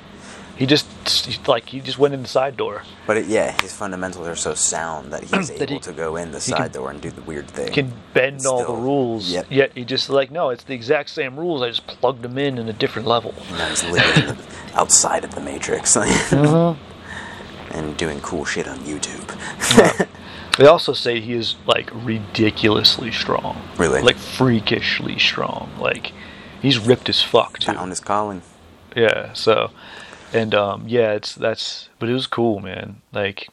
Speaker 1: He just he- like he just went in the side door.
Speaker 2: But it, yeah, his fundamentals are so sound that he's
Speaker 1: (clears throat) That
Speaker 2: able
Speaker 1: he-
Speaker 2: to go in the
Speaker 1: he can-
Speaker 2: side door and do the weird thing.
Speaker 1: Can bend all the
Speaker 2: Still,
Speaker 1: rules.
Speaker 2: yep.
Speaker 1: Yet he just like no, it's the exact same rules. I just plugged them in in a different level.
Speaker 2: Now he's living in the- (laughs) outside of the Matrix (laughs)
Speaker 1: Uh-huh.
Speaker 2: and doing cool shit on YouTube. (laughs)
Speaker 1: They also say he is like ridiculously strong.
Speaker 2: Really?
Speaker 1: Like freakishly strong. Like he's ripped as fuck too.
Speaker 2: Found his calling.
Speaker 1: yeah so and um yeah it's that's but it was cool man like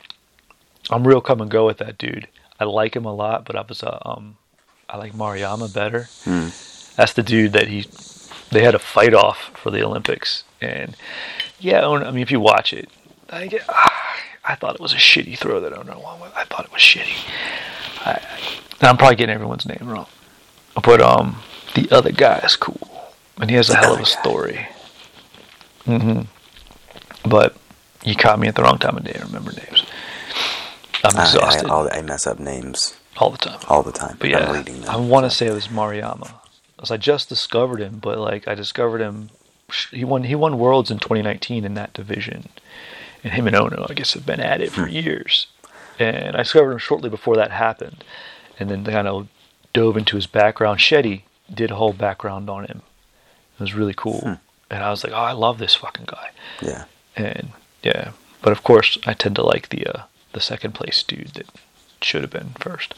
Speaker 1: i'm real come and go with that dude i like him a lot but i was uh, um i like mariyama better
Speaker 2: Hmm.
Speaker 1: that's the dude that he they had a fight off for the olympics and yeah Ono- i mean if you watch it i get ah, i thought it was a shitty throw that Ono won with. i thought it was shitty I, and i'm probably getting everyone's name wrong but um the other guy is cool and he has a hell of
Speaker 2: other
Speaker 1: a
Speaker 2: guy.
Speaker 1: story but you caught me at the wrong time of day. I remember names. I'm
Speaker 2: I, I,
Speaker 1: exhausted
Speaker 2: I'll- I mess up names
Speaker 1: all the time.
Speaker 2: all the time.
Speaker 1: But yeah, Oh.
Speaker 2: I'm reading them.
Speaker 1: I want to say it was Mariyama, 'Cause I just discovered him. But like, I discovered him. He won. He won worlds in 2019 in that division, and him and Ono, I guess, have been at it
Speaker 2: Hmm.
Speaker 1: for years. And I discovered him shortly before that happened, and then kind of dove into his background. Shetty did a whole background on him. It was really cool,
Speaker 2: Hmm.
Speaker 1: and I was like, oh, I love this fucking guy
Speaker 2: yeah.
Speaker 1: and yeah but of course i tend to like the uh, the second place dude that should have been first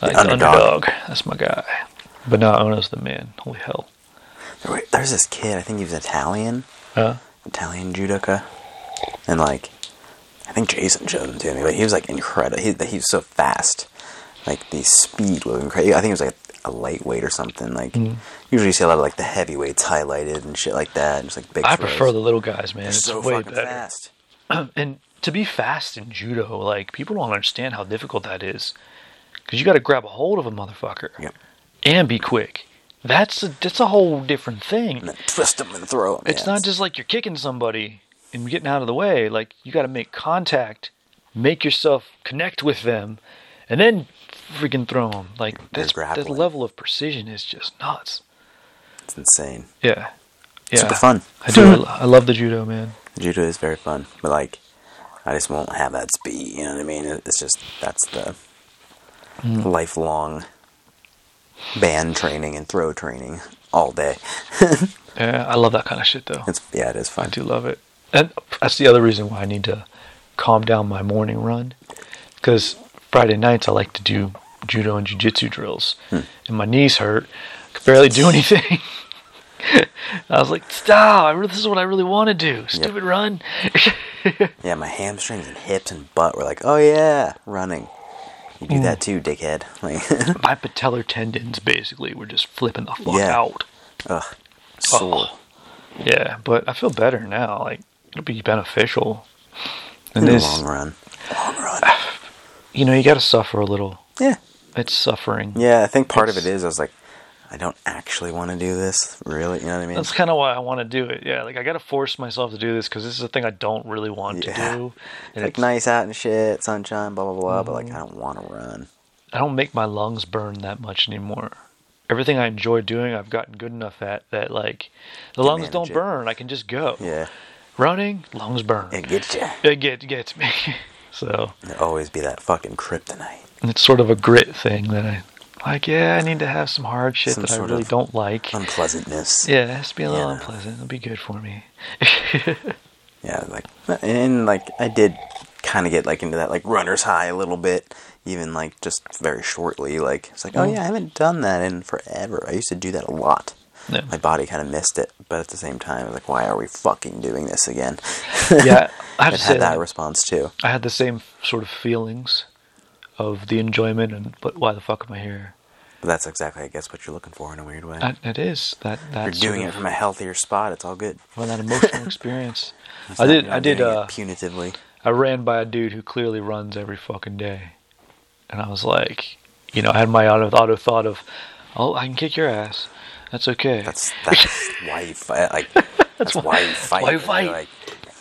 Speaker 1: like the
Speaker 2: underdog.
Speaker 1: underdog. that's my guy but no ono's the man holy hell
Speaker 2: There wa- There's this kid, I think he was Italian,
Speaker 1: uh,
Speaker 2: Italian judoka. And like, I think Jason showed him to me, but he was like incredible. He, he was so fast. Like, the speed was incredible. I think it was like a lightweight or something. Like,
Speaker 1: Mm.
Speaker 2: usually you see a lot of like the heavyweights highlighted and shit like that. And just like big
Speaker 1: i
Speaker 2: throws.
Speaker 1: prefer the little guys man it's
Speaker 2: so
Speaker 1: way
Speaker 2: fucking
Speaker 1: better
Speaker 2: fast.
Speaker 1: (clears throat) and to be fast in judo like people don't understand how difficult that is because you got to grab a hold of a motherfucker
Speaker 2: Yep.
Speaker 1: and be quick. That's a that's a whole different thing.
Speaker 2: And then twist them and throw them.
Speaker 1: It's not just like you're kicking somebody and getting out of the way. Like you got to make contact, make yourself connect with them, and then freaking throw them. Like
Speaker 2: They're
Speaker 1: that's that
Speaker 2: grappling.
Speaker 1: level of precision is just nuts.
Speaker 2: It's insane.
Speaker 1: Yeah, yeah,
Speaker 2: Super fun.
Speaker 1: I do. I, lo- I love the judo, man.
Speaker 2: Judo is very fun, but like, I just won't have that speed. You know what I mean? It- It's just that's the
Speaker 1: Mm.
Speaker 2: lifelong band training and throw training all day.
Speaker 1: Yeah, I love that kind of shit though.
Speaker 2: It's yeah, it is
Speaker 1: I
Speaker 2: fun.
Speaker 1: do love it. And that's the other reason why I need to calm down my morning run. Because Friday nights I like to do judo and jujitsu drills.
Speaker 2: Hmm.
Speaker 1: And my knees hurt. I could barely do anything. (laughs) I was like, stop. I re- this is what I really want to do. Stupid run.
Speaker 2: Yeah, my hamstrings and hips and butt were like, oh yeah, running. You do
Speaker 1: Mm.
Speaker 2: that too, dickhead. (laughs) Like,
Speaker 1: my patellar tendons basically were just flipping the fuck
Speaker 2: Yeah.
Speaker 1: out.
Speaker 2: ugh,
Speaker 1: Oh,
Speaker 2: sore.
Speaker 1: Yeah, but I feel better now. Like, it'll be beneficial.
Speaker 2: In
Speaker 1: And
Speaker 2: the
Speaker 1: this,
Speaker 2: long run. Long run.
Speaker 1: you know, you got to suffer a little.
Speaker 2: Yeah.
Speaker 1: It's suffering.
Speaker 2: Yeah, I think part of it
Speaker 1: It's-
Speaker 2: is I was like, I don't actually want to do this, really. You know what I mean?
Speaker 1: That's kind of why I want to do it. Yeah, like I got to force myself to do this because this is a thing I don't really want to
Speaker 2: Yeah.
Speaker 1: do. And
Speaker 2: like
Speaker 1: it's- Mm-hmm.
Speaker 2: nice out and shit, sunshine, blah blah blah. But like, I don't want to run.
Speaker 1: I don't make my lungs burn that much anymore. Everything I enjoy doing, I've gotten good enough at that. Like the lungs
Speaker 2: manage
Speaker 1: don't
Speaker 2: it.
Speaker 1: burn. I can just go.
Speaker 2: Yeah,
Speaker 1: Running, lungs burn.
Speaker 2: it gets you.
Speaker 1: It, get, gets me. (laughs) so
Speaker 2: It'll always be that fucking kryptonite.
Speaker 1: and it's sort of a grit thing that I like. Yeah, I need to have some hard shit
Speaker 2: Some
Speaker 1: that I
Speaker 2: sort
Speaker 1: really
Speaker 2: of
Speaker 1: don't like. (laughs)
Speaker 2: Unpleasantness.
Speaker 1: yeah, it has to be a little
Speaker 2: Yeah.
Speaker 1: unpleasant. It'll be good for me.
Speaker 2: Yeah, like and, and, like I did kind of get like into that like runner's high a little bit, even like just very shortly. Like it's like, oh
Speaker 1: Mm-hmm.
Speaker 2: yeah, I haven't done that in forever. I used to do that a lot.
Speaker 1: Yeah.
Speaker 2: My body kind of missed it, but at the same time, I was like, why are we fucking doing this again?
Speaker 1: (laughs)
Speaker 2: (laughs)
Speaker 1: yeah, I have
Speaker 2: I've
Speaker 1: to say
Speaker 2: had that
Speaker 1: like,
Speaker 2: response too.
Speaker 1: I had the same sort of feelings of the enjoyment and but why the fuck am I here?
Speaker 2: But that's exactly, I guess, what you're looking for in a weird way.
Speaker 1: That, that is that
Speaker 2: you're
Speaker 1: that's
Speaker 2: doing it from a healthier spot. It's all good.
Speaker 1: from that
Speaker 2: (laughs)
Speaker 1: emotional experience.
Speaker 2: It's
Speaker 1: I
Speaker 2: not-
Speaker 1: did
Speaker 2: you're not
Speaker 1: I did
Speaker 2: doing it
Speaker 1: uh
Speaker 2: punitively.
Speaker 1: I ran by a dude who clearly runs every fucking day, and I was like, you know, I had my auto auto thought of, oh, I can kick your ass. That's okay.
Speaker 2: That's that's why you fight.
Speaker 1: (laughs)
Speaker 2: Like that's why you fight.
Speaker 1: why you
Speaker 2: You're
Speaker 1: fight.
Speaker 2: Like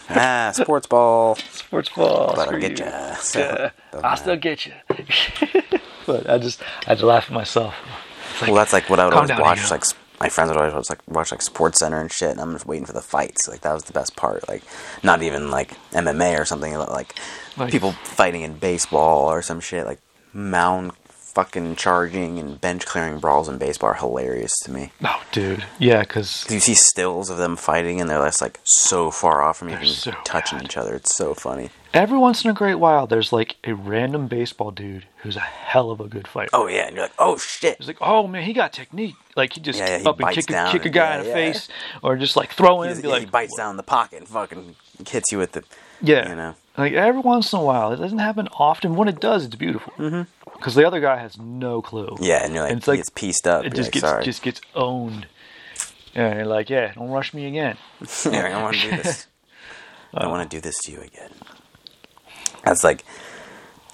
Speaker 2: ah, sports ball.
Speaker 1: sports ball.
Speaker 2: But I'll
Speaker 1: screw
Speaker 2: get
Speaker 1: you. (laughs)
Speaker 2: ya.
Speaker 1: Yeah,
Speaker 2: So, don't
Speaker 1: I'll
Speaker 2: matter.
Speaker 1: still get you. (laughs) but I just I had to laugh at myself. It's
Speaker 2: well, that's like what I would
Speaker 1: calm
Speaker 2: always
Speaker 1: down,
Speaker 2: watch.
Speaker 1: Ego.
Speaker 2: Like s- my friends would always watch, like watch like Sports Center and shit, and I'm just waiting for the fights. Like that was the best part. Like not even like MMA or something. Like,
Speaker 1: Like-
Speaker 2: people fighting in baseball or some shit. Like mound fucking charging and bench clearing brawls in baseball are hilarious to me.
Speaker 1: no, Oh, dude. Yeah, because
Speaker 2: Do you see stills of them fighting and they're just like so far off from even
Speaker 1: so
Speaker 2: touching each other? It's so funny.
Speaker 1: Every once in a great while, there's like a random baseball dude who's a hell of a good fighter.
Speaker 2: Oh yeah, and you're like, oh shit.
Speaker 1: He's like, oh man, he got technique. Like he just
Speaker 2: Yeah, yeah, he
Speaker 1: up and
Speaker 2: bites
Speaker 1: kick a,
Speaker 2: down
Speaker 1: kick a
Speaker 2: and-
Speaker 1: guy
Speaker 2: yeah,
Speaker 1: in the
Speaker 2: yeah.
Speaker 1: face, or just like throw in
Speaker 2: He's-
Speaker 1: and
Speaker 2: He,
Speaker 1: be like,
Speaker 2: bites down the pocket and fucking hits you with the.
Speaker 1: yeah.
Speaker 2: You know.
Speaker 1: Like every once in a while, it doesn't happen often. When it does, it's beautiful. Because the other guy has no clue.
Speaker 2: Mm-hmm. Yeah, and you're like,
Speaker 1: And it's like-
Speaker 2: he gets pieced up.
Speaker 1: It
Speaker 2: You're
Speaker 1: just
Speaker 2: like,
Speaker 1: gets
Speaker 2: sorry.
Speaker 1: just gets owned. And you're like, yeah, don't rush me again. (laughs)
Speaker 2: (laughs) Yeah, I don't want to do this. I don't want to do this to you again. That's like,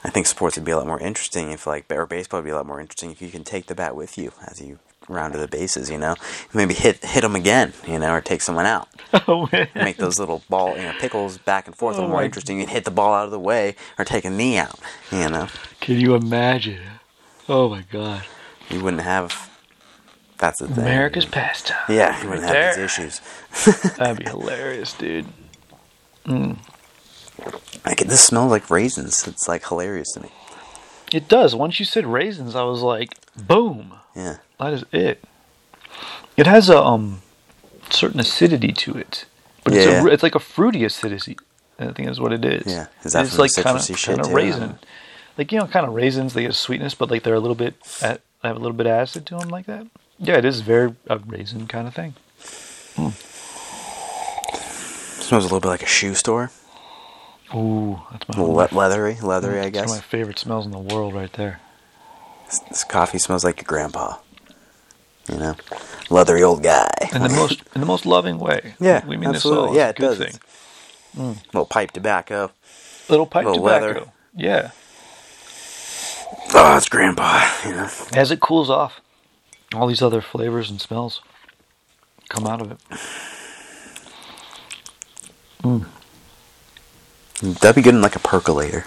Speaker 2: I think sports would be a lot more interesting if, like, or baseball would be a lot more interesting if you can take the bat with you as you round to the bases. You know, maybe hit hit them again. You know, or take someone out.
Speaker 1: oh man.
Speaker 2: make those little ball, you know, pickles back and forth a
Speaker 1: Oh
Speaker 2: little more
Speaker 1: my-
Speaker 2: interesting. You'd hit the ball out of the way or take a knee out. You know,
Speaker 1: Can you imagine? Oh my god.
Speaker 2: you wouldn't have. That's the thing.
Speaker 1: America's pastime.
Speaker 2: Yeah, you wouldn't
Speaker 1: Right there.
Speaker 2: have these issues.
Speaker 1: That'd be hilarious, dude.
Speaker 2: Like this smells like raisins. It's like hilarious to me.
Speaker 1: It does. Once you said raisins, I was like, boom.
Speaker 2: Yeah,
Speaker 1: That is it. It has a um certain acidity to it, but it's,
Speaker 2: Yeah.
Speaker 1: a, it's like a fruity acidity. I think is what it is.
Speaker 2: Yeah. Is that
Speaker 1: And it's
Speaker 2: from the
Speaker 1: like kind
Speaker 2: citrusy
Speaker 1: of
Speaker 2: shit
Speaker 1: kind of
Speaker 2: too?
Speaker 1: raisin, like you know, kind of raisins. They get a sweetness, but like they're a little bit a- have a little bit of acid to them, like that. Yeah, it is very a raisin kind of thing.
Speaker 2: smells a little bit like a shoe store.
Speaker 1: Ooh, that's my
Speaker 2: A little
Speaker 1: one
Speaker 2: le-
Speaker 1: of my-
Speaker 2: leathery, leathery, I
Speaker 1: that's one of
Speaker 2: guess.
Speaker 1: my favorite smells in the world, right there.
Speaker 2: This, this coffee smells like your grandpa. You know, leathery old guy.
Speaker 1: In the most in the most loving way.
Speaker 2: Yeah,
Speaker 1: we mean this
Speaker 2: absolutely.
Speaker 1: all.
Speaker 2: Yeah,
Speaker 1: as
Speaker 2: it
Speaker 1: a good
Speaker 2: does.
Speaker 1: Thing.
Speaker 2: little pipe tobacco.
Speaker 1: Little pipe
Speaker 2: Little
Speaker 1: tobacco.
Speaker 2: leather.
Speaker 1: Yeah.
Speaker 2: Oh, it's grandpa. You know,
Speaker 1: As it cools off, all these other flavors and smells come out of it.
Speaker 2: that'd be good in like a percolator.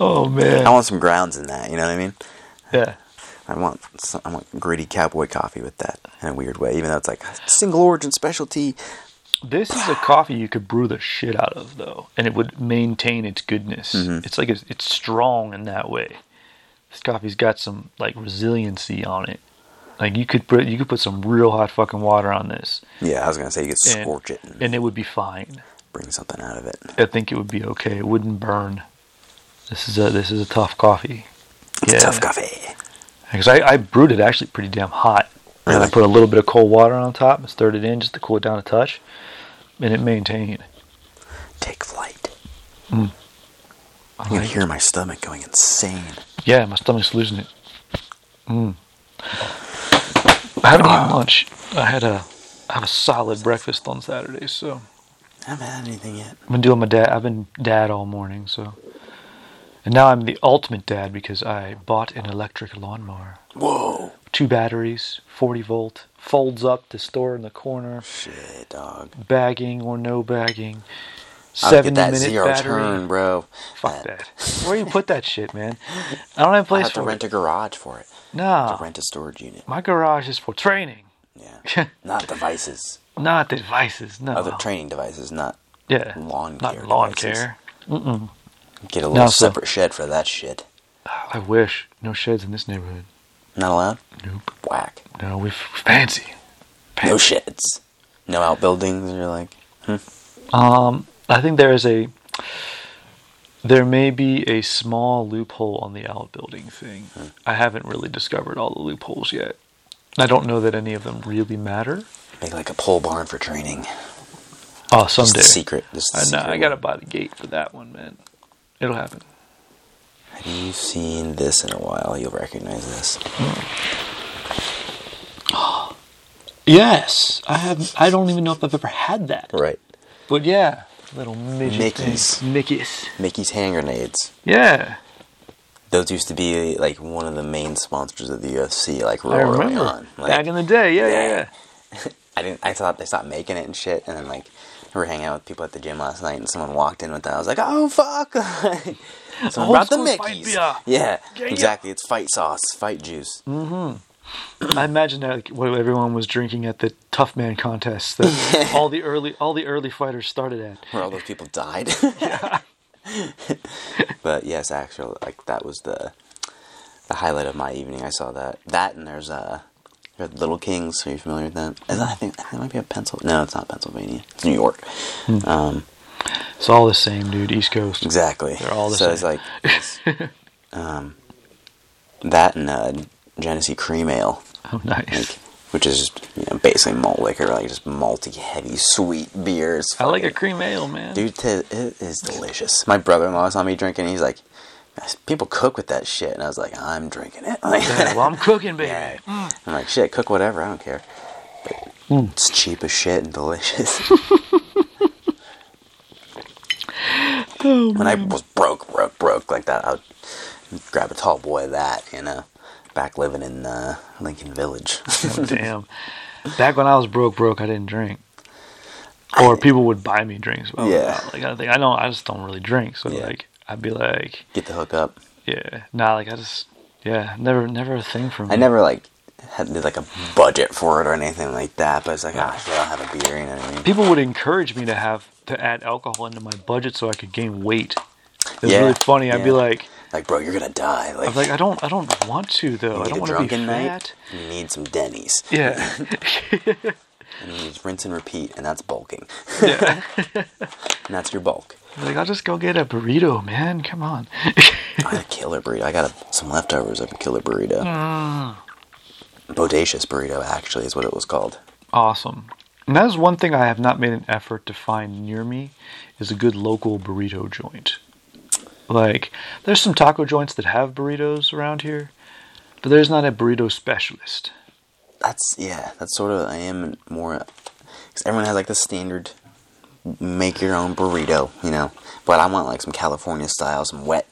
Speaker 1: Oh
Speaker 2: I
Speaker 1: man.
Speaker 2: want some grounds in that. You know what I mean?
Speaker 1: Yeah.
Speaker 2: I want some, I want gritty cowboy coffee with that in a weird way, even though it's like single origin specialty.
Speaker 1: This is a coffee you could brew the shit out of though, and it would maintain its goodness.
Speaker 2: Mm-hmm.
Speaker 1: It's like it's, it's strong in that way. This coffee's got some like resiliency on it. Like you could put you could put some real hot fucking water on this,
Speaker 2: Yeah, I was gonna say you could
Speaker 1: and,
Speaker 2: scorch it and
Speaker 1: and it would be fine.
Speaker 2: bring something out of it.
Speaker 1: I think it would be okay. It wouldn't burn. This is a this is a tough coffee.
Speaker 2: It's a tough coffee.
Speaker 1: Because I, I brewed it actually pretty damn hot. And I
Speaker 2: Really?
Speaker 1: put a little bit of cold water on top and stirred it in just to cool it down a touch. And it maintained.
Speaker 2: Take flight.
Speaker 1: I
Speaker 2: You can
Speaker 1: Hmm. like-
Speaker 2: hear my stomach going insane.
Speaker 1: Yeah, my stomach's losing it. Mm. I haven't eaten lunch. I had a I have a solid breakfast on Saturday, so
Speaker 2: I haven't had anything yet.
Speaker 1: I've been doing my dad. I've been dad all morning, so and now I'm the ultimate dad because I bought an electric lawnmower,
Speaker 2: Whoa.
Speaker 1: two batteries, 40 volt, folds up to store in the corner.
Speaker 2: Shit, dog.
Speaker 1: bagging or no bagging.
Speaker 2: I'll get
Speaker 1: 70
Speaker 2: that
Speaker 1: minute
Speaker 2: zero
Speaker 1: battery.
Speaker 2: turn, bro.
Speaker 1: Fuck that. Where you put that shit,
Speaker 2: (laughs)
Speaker 1: man? I don't have a
Speaker 2: I
Speaker 1: place
Speaker 2: have to
Speaker 1: for
Speaker 2: rent a garage for it.
Speaker 1: it. No.
Speaker 2: To rent a storage unit.
Speaker 1: My garage is for training, (laughs)
Speaker 2: Yeah. not devices.
Speaker 1: not devices. No.
Speaker 2: Other training devices, not
Speaker 1: yeah.
Speaker 2: Oh, lawn
Speaker 1: Oh. Not
Speaker 2: care
Speaker 1: lawn
Speaker 2: devices.
Speaker 1: care.
Speaker 2: get a little
Speaker 1: so-
Speaker 2: separate shed for that shit.
Speaker 1: I wish. No sheds in this neighborhood.
Speaker 2: Not allowed?
Speaker 1: Nope.
Speaker 2: Whack.
Speaker 1: No, we're f- fancy.
Speaker 2: No sheds. No outbuildings. You're like,
Speaker 1: Um, I think there is a. There may be a small loophole on the outbuilding thing.
Speaker 2: Hmm.
Speaker 1: I haven't really discovered all the loopholes yet. I don't know that any of them really matter.
Speaker 2: make like a pole barn for training.
Speaker 1: Oh,
Speaker 2: Just
Speaker 1: someday.
Speaker 2: the secret. Just the
Speaker 1: I know.
Speaker 2: secret.
Speaker 1: I gotta buy the gate for that one, man. It'll happen.
Speaker 2: If You've seen this in a while. You'll recognize this.
Speaker 1: Yes, I have. I don't even know if I've ever had that.
Speaker 2: Right.
Speaker 1: But yeah, little midget
Speaker 2: Mickey's.
Speaker 1: things. Mickey's.
Speaker 2: Mickey's hand grenades.
Speaker 1: Yeah,
Speaker 2: Those used to be like one of the main sponsors of the UFC. Like real
Speaker 1: I
Speaker 2: early
Speaker 1: remember
Speaker 2: on. Like,
Speaker 1: back in the day. Yeah, yeah, yeah.
Speaker 2: Yeah. I didn't. I thought they stopped making it and shit. And then like we were hanging out with people at the gym last night, and someone walked in with that. I was like, oh fuck! (laughs) someone
Speaker 1: Old
Speaker 2: brought the
Speaker 1: school fight
Speaker 2: Mickey's.
Speaker 1: beer.
Speaker 2: Yeah,
Speaker 1: yeah.
Speaker 2: exactly. It's fight sauce, fight juice.
Speaker 1: I imagine that like, what everyone was drinking at the Tough Man contests
Speaker 2: (laughs)
Speaker 1: that all the early all the early fighters started at.
Speaker 2: where all those people
Speaker 1: (laughs)
Speaker 2: died. (laughs) but yes, actually, like that was the the highlight of my evening. I saw that. That and there's uh, there's Little Kings. Are you familiar with that? Is that I think that might be a pencil. No, it's not Pennsylvania. It's New York. Um,
Speaker 1: It's all the same, dude. East Coast. (laughs)
Speaker 2: exactly.
Speaker 1: They're all the
Speaker 2: so it's
Speaker 1: same.
Speaker 2: like it's, um, that and uh, Genesee Cream Ale,
Speaker 1: Oh, nice.
Speaker 2: which is just you know, basically malt liquor, like just malty, heavy, sweet beers.
Speaker 1: I like a cream ale, man.
Speaker 2: Dude, t- it is delicious. My brother-in-law saw me drinking. He's like, "Guys, people cook with that shit, and I was like, I'm drinking it. (laughs) Like,
Speaker 1: Yeah, well, I'm cooking, baby.
Speaker 2: yeah. I'm like, shit, cook whatever. I don't care. But It's cheap as shit and delicious. (laughs) when I was broke, broke, broke like that, I would grab a tall boy of that, you know. Back living in uh, Lincoln Village.
Speaker 1: (laughs)
Speaker 2: (laughs)
Speaker 1: Oh, damn. Back when I was broke, broke, I didn't drink. Or people would buy me drinks. but I was
Speaker 2: Yeah.
Speaker 1: not- Like I think I don't. I just don't really drink. So
Speaker 2: Yeah.
Speaker 1: like I'd be like,
Speaker 2: Get the hook up.
Speaker 1: yeah, nah. Like I just, yeah, never, never a thing for me.
Speaker 2: I never like had did, like a budget for it or anything like that, but it's like, ah, shit, I'll have a beer, you know what I mean?
Speaker 1: People would encourage me to have to add alcohol into my budget so I could gain weight. It was
Speaker 2: Yeah,
Speaker 1: really funny. I'd be
Speaker 2: yeah.
Speaker 1: like,
Speaker 2: Like, bro, you're gonna die. Like,
Speaker 1: I was like, I don't, I don't want to though.
Speaker 2: you
Speaker 1: I
Speaker 2: get
Speaker 1: don't want to
Speaker 2: drunken
Speaker 1: be fat.
Speaker 2: night, you need some Denny's.
Speaker 1: Yeah. (laughs)
Speaker 2: And you just rinse and repeat, and that's bulking.
Speaker 1: yeah.
Speaker 2: And that's your bulk.
Speaker 1: like I'll just go get a burrito, man. Come on.
Speaker 2: I got a killer burrito. I got a, some leftovers of a killer burrito.
Speaker 1: Ah.
Speaker 2: Bodacious burrito, actually, is what it was called.
Speaker 1: awesome. And that is one thing I have not made an effort to find near me is a good local burrito joint. Like there's some taco joints that have burritos around here, but there's not a burrito specialist.
Speaker 2: That's yeah. That's sort of I am more because everyone has like the standard make your own burrito, you know. But I want like some California style, some wet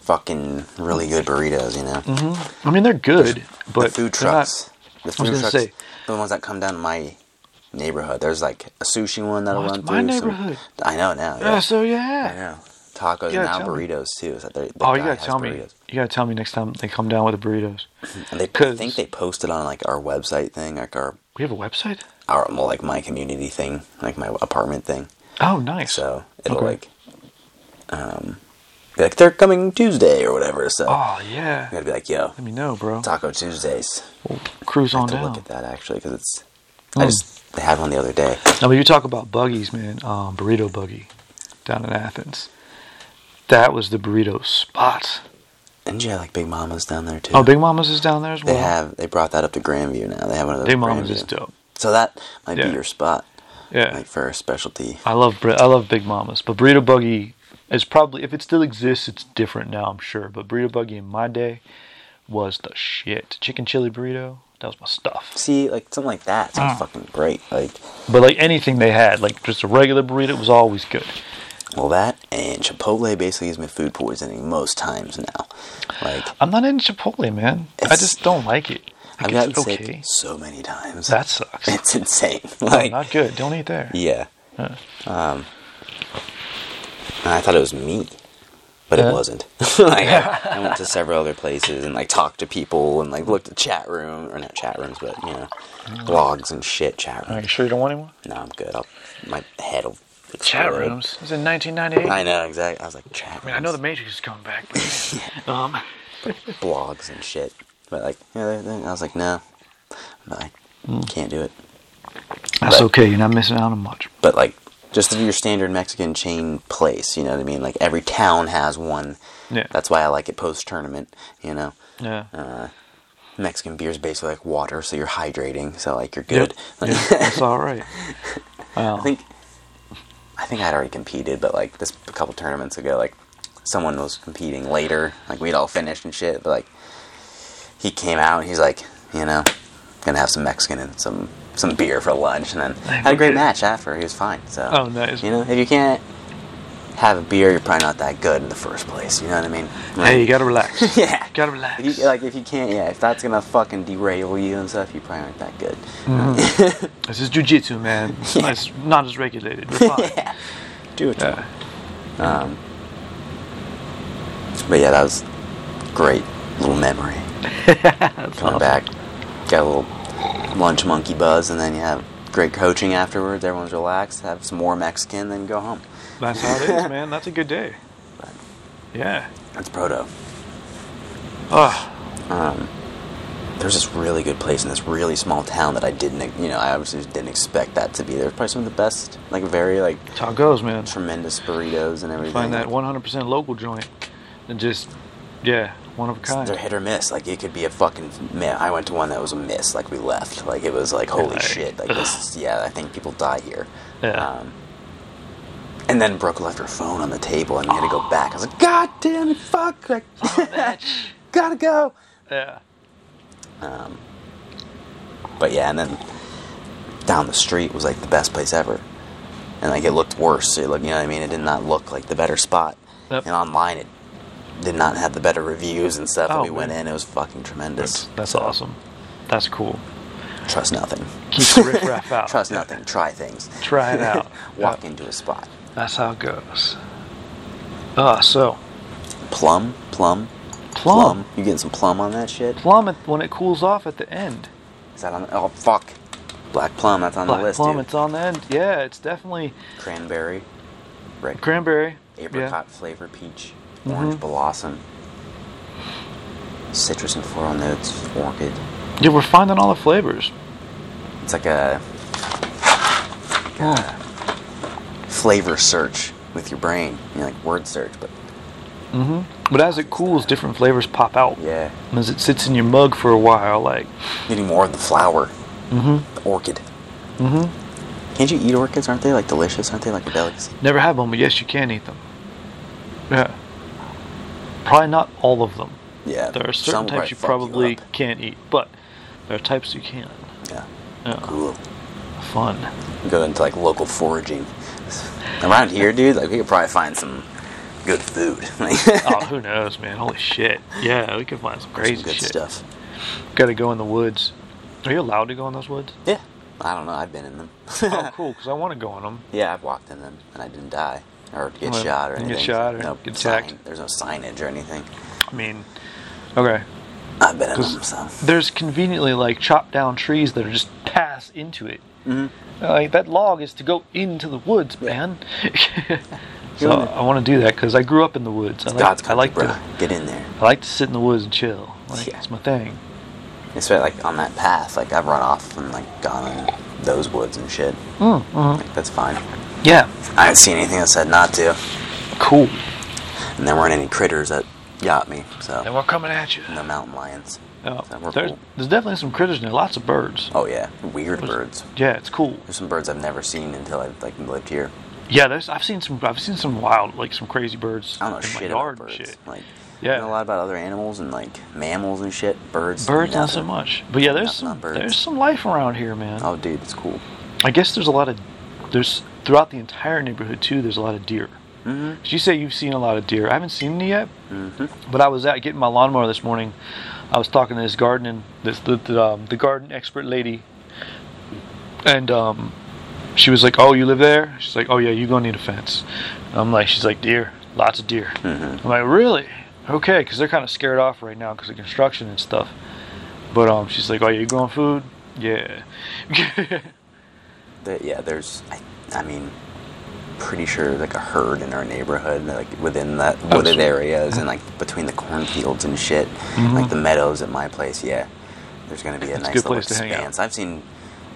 Speaker 2: fucking really good burritos, you know?
Speaker 1: I mean, they're good, but
Speaker 2: the food
Speaker 1: they're not-
Speaker 2: trucks. the
Speaker 1: I was
Speaker 2: food
Speaker 1: gonna
Speaker 2: trucks.
Speaker 1: say-
Speaker 2: The ones that come down to my neighborhood. There's like a sushi one that'll
Speaker 1: Well,
Speaker 2: run
Speaker 1: it's
Speaker 2: through.
Speaker 1: my
Speaker 2: some-
Speaker 1: neighborhood.
Speaker 2: I know now. Yeah.
Speaker 1: yeah, Uh, so
Speaker 2: I
Speaker 1: yeah.
Speaker 2: know. Tacos
Speaker 1: Yeah,
Speaker 2: and now
Speaker 1: tell me.
Speaker 2: burritos too. Is that they- the
Speaker 1: Oh, you
Speaker 2: guy
Speaker 1: gotta
Speaker 2: has
Speaker 1: tell me.
Speaker 2: burritos.
Speaker 1: You gotta tell me next time they come down with the burritos.
Speaker 2: And they I
Speaker 1: 'Cause-
Speaker 2: think they posted on like our website thing, like our
Speaker 1: We have a website.
Speaker 2: our well, like my community thing, like my apartment thing.
Speaker 1: Oh, nice.
Speaker 2: So it'll
Speaker 1: Okay.
Speaker 2: like um be like they're coming Tuesday or whatever. So
Speaker 1: oh yeah.
Speaker 2: I'm gonna be like, yo,
Speaker 1: Let me know, bro.
Speaker 2: Taco Tuesdays.
Speaker 1: Cruise on
Speaker 2: to
Speaker 1: down. Mm.
Speaker 2: look at that actually because it's I just had one the other day.
Speaker 1: Now, when Mm. you talk about buggies, man, um, burrito buggy down in Athens. That was the burrito spot.
Speaker 2: And you had like Big Mamas down there too.
Speaker 1: Oh, Big Mama's is down there as
Speaker 2: They
Speaker 1: well.
Speaker 2: have they brought that up to Grandview now. They have one of those.
Speaker 1: Big Mama's
Speaker 2: Grandview.
Speaker 1: is dope.
Speaker 2: So that might
Speaker 1: Yeah.
Speaker 2: be your spot,
Speaker 1: Yeah,
Speaker 2: like for a specialty.
Speaker 1: I love bur- I love Big Mama's, but Burrito Buggy is probably if it still exists, it's different now, I'm sure. But Burrito Buggy in my day was the shit. Chicken chili burrito, that was my stuff.
Speaker 2: See, like something like that
Speaker 1: Ah.
Speaker 2: sounds fucking great. Like,
Speaker 1: But like anything they had, like just a regular burrito was always good.
Speaker 2: well, that and Chipotle basically gives me food poisoning most times now. Like,
Speaker 1: I'm not into Chipotle, man. I
Speaker 2: It's-
Speaker 1: just don't like it.
Speaker 2: I've
Speaker 1: Like,
Speaker 2: gotten
Speaker 1: it's okay.
Speaker 2: sick so many times.
Speaker 1: That sucks.
Speaker 2: (laughs) it's insane. Like,
Speaker 1: not good. Don't eat there.
Speaker 2: yeah. Um, and I thought it was me, but
Speaker 1: Yeah.
Speaker 2: it wasn't. (laughs) like, I, I
Speaker 1: (laughs)
Speaker 2: went to several other places and like talked to people and like looked at chat room or not chat rooms, but you know,
Speaker 1: Oh.
Speaker 2: blogs and shit. Chat
Speaker 1: Are
Speaker 2: room.
Speaker 1: you sure you don't want anyone?
Speaker 2: No, I'm good. I'll, my head will.
Speaker 1: Chat rooms. It was in 1998. I,
Speaker 2: I know exactly. I was like chat.
Speaker 1: mean, I know the
Speaker 2: rooms,
Speaker 1: Matrix is coming back.
Speaker 2: (laughs)
Speaker 1: But, (laughs) um,
Speaker 2: blogs and shit, but like yeah, they- they- I was like no, but I
Speaker 1: Hmm.
Speaker 2: can't do it.
Speaker 1: that's okay. You're not missing out on much.
Speaker 2: But like just your standard Mexican chain place, you know what I mean? Like every town has one.
Speaker 1: Yeah.
Speaker 2: That's why I like it post tournament. You know,
Speaker 1: Yeah.
Speaker 2: uh, Mexican beer is basically like water, so you're hydrating, so like you're
Speaker 1: Yep.
Speaker 2: good. (laughs) Like,
Speaker 1: Yeah, that's all right.
Speaker 2: I think I think I'd already competed, but like this a couple tournaments ago, like someone was competing later, like we'd all finished and shit, but like he came out and he's like, you know, gonna have some Mexican and some some beer for lunch, and then had a great match after. He was fine. So
Speaker 1: Oh, nice.
Speaker 2: You know, if you can't have a beer, you're probably not that good in the first place. You know what I mean?
Speaker 1: Hey, you gotta relax.
Speaker 2: (laughs) yeah.
Speaker 1: gotta relax.
Speaker 2: If you, like if you can't, yeah, if that's gonna fucking derail you and stuff, you probably aren't that good.
Speaker 1: This is jujitsu,
Speaker 2: (laughs)
Speaker 1: man. It's not as regulated. We're fine.
Speaker 2: Do it. to
Speaker 1: Yeah.
Speaker 2: But yeah, that was great little (laughs) memory. Coming back, got a little lunch monkey buzz, and then you have great coaching afterwards. Everyone's relaxed, have some more Mexican, then go home.
Speaker 1: That's how it
Speaker 2: (laughs)
Speaker 1: is, man. That's a good day. Yeah.
Speaker 2: That's Proto.
Speaker 1: Oh,
Speaker 2: There's this really good place in this really small town that I didn't, you know, I obviously didn't expect that to be. There's probably some of the best, like very like
Speaker 1: that's how it goes, man.
Speaker 2: tremendous burritos and everything.
Speaker 1: Find that 100% local joint and just, yeah, one of a
Speaker 2: They're
Speaker 1: kind.
Speaker 2: hit or miss. Like it could be a fucking man. I went to one that was a miss. Like we left. Like it was like holy
Speaker 1: Like,
Speaker 2: shit. Like this. Is, yeah, I think people die here.
Speaker 1: Yeah.
Speaker 2: Um, and then Brooke left her phone on the table, and we had to
Speaker 1: Oh.
Speaker 2: go back. I was like, God damn it, fuck! Like, (laughs) gotta go.
Speaker 1: Yeah.
Speaker 2: But yeah, and then down the street was like the best place ever, and like it looked worse. It looked, you know what I mean? It did not look like the better spot.
Speaker 1: Yep.
Speaker 2: And online, it did not have the better reviews and stuff.
Speaker 1: Oh,
Speaker 2: and we went
Speaker 1: man.
Speaker 2: in, it was fucking tremendous.
Speaker 1: That's, that's awesome. That's cool.
Speaker 2: Trust nothing.
Speaker 1: Keep the riffraff out.
Speaker 2: (laughs) Trust nothing. Try things.
Speaker 1: Oh. Try it out.
Speaker 2: (laughs)
Speaker 1: Oh.
Speaker 2: Walk into a spot.
Speaker 1: That's how it goes. Ah, so
Speaker 2: Plum, plum,
Speaker 1: Plum.
Speaker 2: You getting some plum on that shit?
Speaker 1: plum at- when it cools off at the end.
Speaker 2: Is that on? Oh fuck. Black plum. That's on
Speaker 1: Black
Speaker 2: the list.
Speaker 1: plum,
Speaker 2: dude.
Speaker 1: it's on the end. Yeah, it's definitely
Speaker 2: Cranberry, red,
Speaker 1: cranberry.
Speaker 2: apricot flavor, peach,
Speaker 1: Mm-hmm.
Speaker 2: orange blossom, citrus and floral notes, orchid.
Speaker 1: Yeah. yeah, we're finding all the flavors.
Speaker 2: It's like a, like a flavor search with your brain. You know, like word search, but
Speaker 1: But as it cools, different flavors pop out.
Speaker 2: yeah,
Speaker 1: And As it sits in your mug for a while, like
Speaker 2: getting more of the flower, mm-hmm. the orchid. Mm-hmm. Can't you eat orchids? Aren't they like delicious? Aren't they like a delicacy?
Speaker 1: never have one, but yes, you can eat them. Yeah. Probably not all of them.
Speaker 2: Yeah.
Speaker 1: There are
Speaker 2: some
Speaker 1: certain types you
Speaker 2: probably
Speaker 1: probably
Speaker 2: fuck
Speaker 1: can't eat, but there are types you can.
Speaker 2: you up. Yeah.
Speaker 1: Yeah.
Speaker 2: Cool. (laughs)
Speaker 1: Fun.
Speaker 2: Go into like local foraging. Around here, dude, like we could probably find some good food. (laughs)
Speaker 1: oh, who knows, man? Holy shit! Yeah, we could find some crazy
Speaker 2: Some good
Speaker 1: shit.
Speaker 2: stuff.
Speaker 1: Got to go in the woods. Are you allowed to go in those
Speaker 2: (laughs)
Speaker 1: woods?
Speaker 2: Yeah. I don't know. I've been in them.
Speaker 1: oh, cool. Because I want to go in them.
Speaker 2: (laughs) Yeah, I've walked in them and I didn't die or get
Speaker 1: Well,
Speaker 2: shot or
Speaker 1: didn't
Speaker 2: anything.
Speaker 1: get shot or
Speaker 2: no
Speaker 1: get
Speaker 2: sign-
Speaker 1: attacked.
Speaker 2: There's no signage or anything.
Speaker 1: I mean, okay.
Speaker 2: I've been in
Speaker 1: 'Cause-
Speaker 2: them, so.
Speaker 1: There's conveniently like chopped down trees that are just pass into it.
Speaker 2: Mm-hmm.
Speaker 1: Like that log is to go into the woods, man. (laughs) so
Speaker 2: You're in it.
Speaker 1: I want to do that because I grew up in the woods. I like,
Speaker 2: God's
Speaker 1: I
Speaker 2: country,
Speaker 1: like
Speaker 2: bro.
Speaker 1: to
Speaker 2: Get in there.
Speaker 1: I like to sit in the woods and chill. Like,
Speaker 2: Yeah.
Speaker 1: It's my thing.
Speaker 2: Especially like on that path. Like I've run off and like gone in those woods and shit.
Speaker 1: Mm, mhm.
Speaker 2: Like that's fine.
Speaker 1: Yeah,
Speaker 2: I didn't see anything that said not to,
Speaker 1: cool.
Speaker 2: and there weren't any critters that got me.
Speaker 1: And
Speaker 2: So
Speaker 1: we're coming at you.
Speaker 2: no mountain lions.
Speaker 1: Oh,
Speaker 2: So we're
Speaker 1: there's,
Speaker 2: cool.
Speaker 1: there's definitely some critters in there. Lots of birds.
Speaker 2: Oh yeah, weird birds.
Speaker 1: Yeah, it's cool.
Speaker 2: There's some birds I've never seen until I've like lived here.
Speaker 1: Yeah, there's. I've seen some. I've seen some wild, like some crazy birds
Speaker 2: I don't know
Speaker 1: in my
Speaker 2: shit
Speaker 1: yard
Speaker 2: about
Speaker 1: and
Speaker 2: birds.
Speaker 1: shit.
Speaker 2: Like,
Speaker 1: Yeah.
Speaker 2: I know a lot about other animals and like mammals and shit. Birds.
Speaker 1: Birds, not so
Speaker 2: nothing.
Speaker 1: much. But yeah, there's
Speaker 2: Nothing on
Speaker 1: some.
Speaker 2: birds.
Speaker 1: There's some life around here, man.
Speaker 2: Oh, dude, it's cool.
Speaker 1: I guess there's a lot of. There's throughout the entire neighborhood too. There's a lot of deer.
Speaker 2: hmm
Speaker 1: Did you say you've seen a lot of deer? I haven't seen any yet,
Speaker 2: hmm
Speaker 1: But I was out getting my lawnmower this morning. I was talking to this gardening, this the the, um, the garden expert lady, and um, she was like, "Oh, you live there?" She's like, "Oh yeah, you gonna need a fence." I'm like, "She's like deer, lots of deer."
Speaker 2: Mhm.
Speaker 1: I'm like, "Really? Okay," because they're kind of scared off right now because of construction and stuff. But um, she's like, "Oh, you growing food?" Yeah. (laughs)
Speaker 2: The, yeah, there's. I, I mean, pretty sure like a herd in our neighborhood, like within that
Speaker 1: Oh,
Speaker 2: wooded
Speaker 1: sweet.
Speaker 2: areas and like between the cornfields and shit, like the meadows at my place. Yeah, there's gonna be a
Speaker 1: It's a
Speaker 2: nice
Speaker 1: good
Speaker 2: little
Speaker 1: place to hang out.
Speaker 2: expanse. I've seen.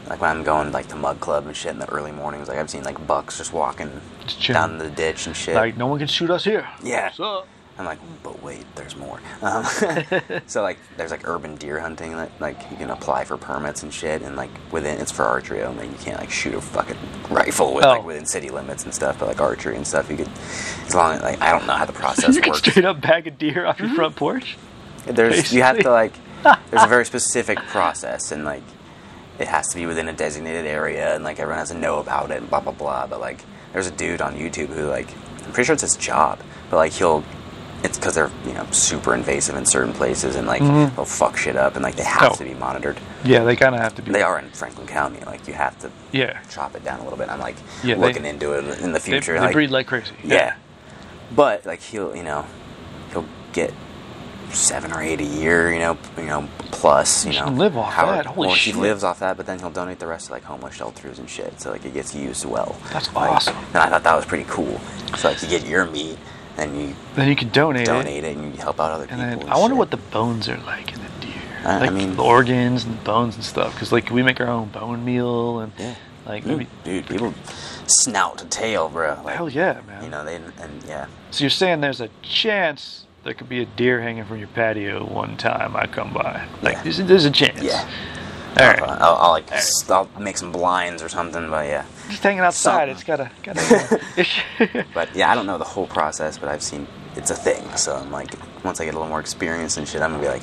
Speaker 2: Like when I'm going like to mug club and shit in the early mornings, like I've seen like bucks just walking
Speaker 1: Just chilling.
Speaker 2: down the ditch and shit.
Speaker 1: like no one can shoot us here.
Speaker 2: Yeah.
Speaker 1: What's up?
Speaker 2: I'm like, but wait,
Speaker 1: (laughs)
Speaker 2: there's more. Um, (laughs) so like, there's like urban deer hunting that like you can apply for permits and shit, and like within it's for archery only. You can't like shoot a fucking rifle with
Speaker 1: Oh.
Speaker 2: like within city limits and stuff, but like archery and stuff, you could as long as like I don't know how the
Speaker 1: (laughs)
Speaker 2: process
Speaker 1: you can
Speaker 2: works.
Speaker 1: straight up bag a deer off your front porch.
Speaker 2: There's you have
Speaker 1: basically.
Speaker 2: to like there's
Speaker 1: (laughs)
Speaker 2: a very specific process and like it has to be within a designated area and like everyone has to know about it and blah blah blah. But like there's a dude on YouTube who like I'm pretty sure it's his job, but like he'll it's because they're you know super invasive in certain places and like they'll fuck shit up and like they have
Speaker 1: Mm-hmm. Oh.
Speaker 2: to be monitored.
Speaker 1: Yeah, they kind of have to be.
Speaker 2: They are in Franklin County, like you have to
Speaker 1: Yeah.
Speaker 2: chop it down a little bit. I'm like
Speaker 1: Yeah, they-
Speaker 2: looking into it in the
Speaker 1: They,
Speaker 2: future.
Speaker 1: they
Speaker 2: like,
Speaker 1: breed like crazy.
Speaker 2: yeah. But like he'll, you know, he'll get seven or eight a year, you know, you know, plus, you
Speaker 1: He
Speaker 2: know,
Speaker 1: can live off
Speaker 2: however-
Speaker 1: that. Holy
Speaker 2: well,
Speaker 1: shit.
Speaker 2: He lives off that, but then he'll donate the rest to like homeless shelters and shit. So like it gets used well.
Speaker 1: That's
Speaker 2: Like,
Speaker 1: awesome.
Speaker 2: And I thought that was pretty cool. So like you get your meat and you
Speaker 1: Then you can donate, it.
Speaker 2: donate it and you help out other
Speaker 1: And
Speaker 2: people.
Speaker 1: then
Speaker 2: and
Speaker 1: I wonder
Speaker 2: shit.
Speaker 1: what the bones are like in the deer.
Speaker 2: I- I
Speaker 1: like
Speaker 2: mean-
Speaker 1: the organs and the bones and stuff. Because like we make our own bone meal and
Speaker 2: yeah.
Speaker 1: like
Speaker 2: Dude,
Speaker 1: maybe.
Speaker 2: dude, people snout to tail, bro. Like,
Speaker 1: Hell yeah, man.
Speaker 2: You know they and yeah.
Speaker 1: So you're saying there's a chance there could be a deer hanging from your patio one time I come by. Like
Speaker 2: Yeah.
Speaker 1: there's, there's a chance.
Speaker 2: Yeah. Uh-huh.
Speaker 1: All
Speaker 2: I'll,
Speaker 1: right.
Speaker 2: I'll, like
Speaker 1: All right.
Speaker 2: s- I'll make some blinds or something, but yeah.
Speaker 1: Just hanging outside.
Speaker 2: Something.
Speaker 1: It's gotta
Speaker 2: (laughs)
Speaker 1: gotta.
Speaker 2: But yeah, I don't know the whole process, but I've seen it's a thing. So I'm like, once I get a little more experience and shit, I'm gonna be like,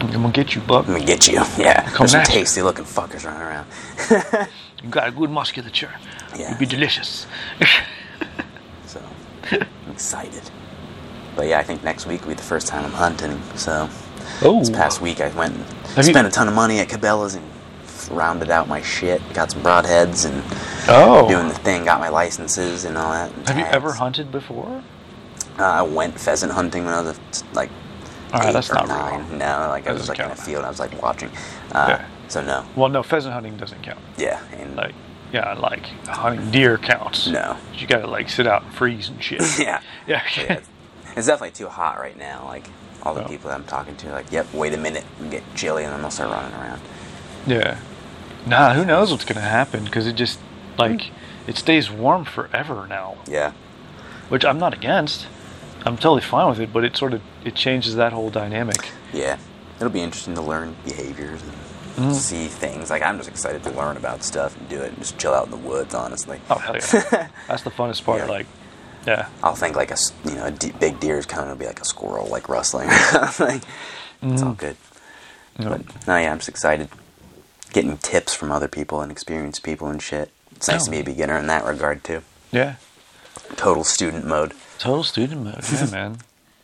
Speaker 1: (laughs) I'm gonna get you, Buck.
Speaker 2: I'm gonna get you. (laughs) Yeah,
Speaker 1: Come
Speaker 2: there's some
Speaker 1: at you.
Speaker 2: tasty looking fuckers running around.
Speaker 1: You got a good musculature.
Speaker 2: Yeah.
Speaker 1: You'd be delicious. (laughs)
Speaker 2: So I'm excited. But yeah, I think next week will be the first time I'm hunting. So
Speaker 1: oh.
Speaker 2: this past week I went and
Speaker 1: Have you-
Speaker 2: spent a ton of money at Cabela's and rounded out my shit. Got some broadheads and
Speaker 1: Oh.
Speaker 2: doing the thing. Got my licenses and all that. and
Speaker 1: Have you
Speaker 2: tags.
Speaker 1: ever hunted before?
Speaker 2: Uh, I went pheasant hunting when I was like
Speaker 1: All right,
Speaker 2: eight
Speaker 1: that's
Speaker 2: or
Speaker 1: not real.
Speaker 2: nine. No, like
Speaker 1: That
Speaker 2: I was
Speaker 1: doesn't
Speaker 2: like in a
Speaker 1: count.
Speaker 2: field. I was like watching. Uh,
Speaker 1: Yeah.
Speaker 2: So no,
Speaker 1: Well, no, pheasant hunting doesn't count.
Speaker 2: (laughs) yeah, and
Speaker 1: Like, yeah, like hunting deer counts.
Speaker 2: no,
Speaker 1: You gotta like sit out and freeze and
Speaker 2: (laughs)
Speaker 1: shit.
Speaker 2: yeah.
Speaker 1: yeah.
Speaker 2: But yeah, it's definitely too hot right now. Like all the
Speaker 1: Oh.
Speaker 2: people that I'm talking to, are like, yep, wait a minute, we get chilly, and then they'll start running around.
Speaker 1: (laughs) Yeah. Nah, who knows what's gonna happen? Because it just like it stays warm forever now,
Speaker 2: Yeah,
Speaker 1: which I'm not against. I'm totally fine with it, but it sort of it changes that whole dynamic.
Speaker 2: yeah. It'll be interesting to learn behaviors and
Speaker 1: Mm-hmm.
Speaker 2: see things. Like I'm just excited to learn about stuff and do it and just chill out in the woods. Honestly,
Speaker 1: Oh hell
Speaker 2: (laughs)
Speaker 1: yeah, that's the funnest part.
Speaker 2: Yeah.
Speaker 1: Like, yeah,
Speaker 2: I'll think like a s- you know a de- big deer is coming. It'll be like a squirrel like rustling. (laughs) like, It's
Speaker 1: Mm-hmm.
Speaker 2: all good.
Speaker 1: No.
Speaker 2: But no, yeah, I'm just excited. Getting tips from other people and experienced people and shit. It's nice
Speaker 1: Oh.
Speaker 2: to be a beginner in that regard too.
Speaker 1: yeah.
Speaker 2: Total student mode.
Speaker 1: Total student mode. Yeah, man.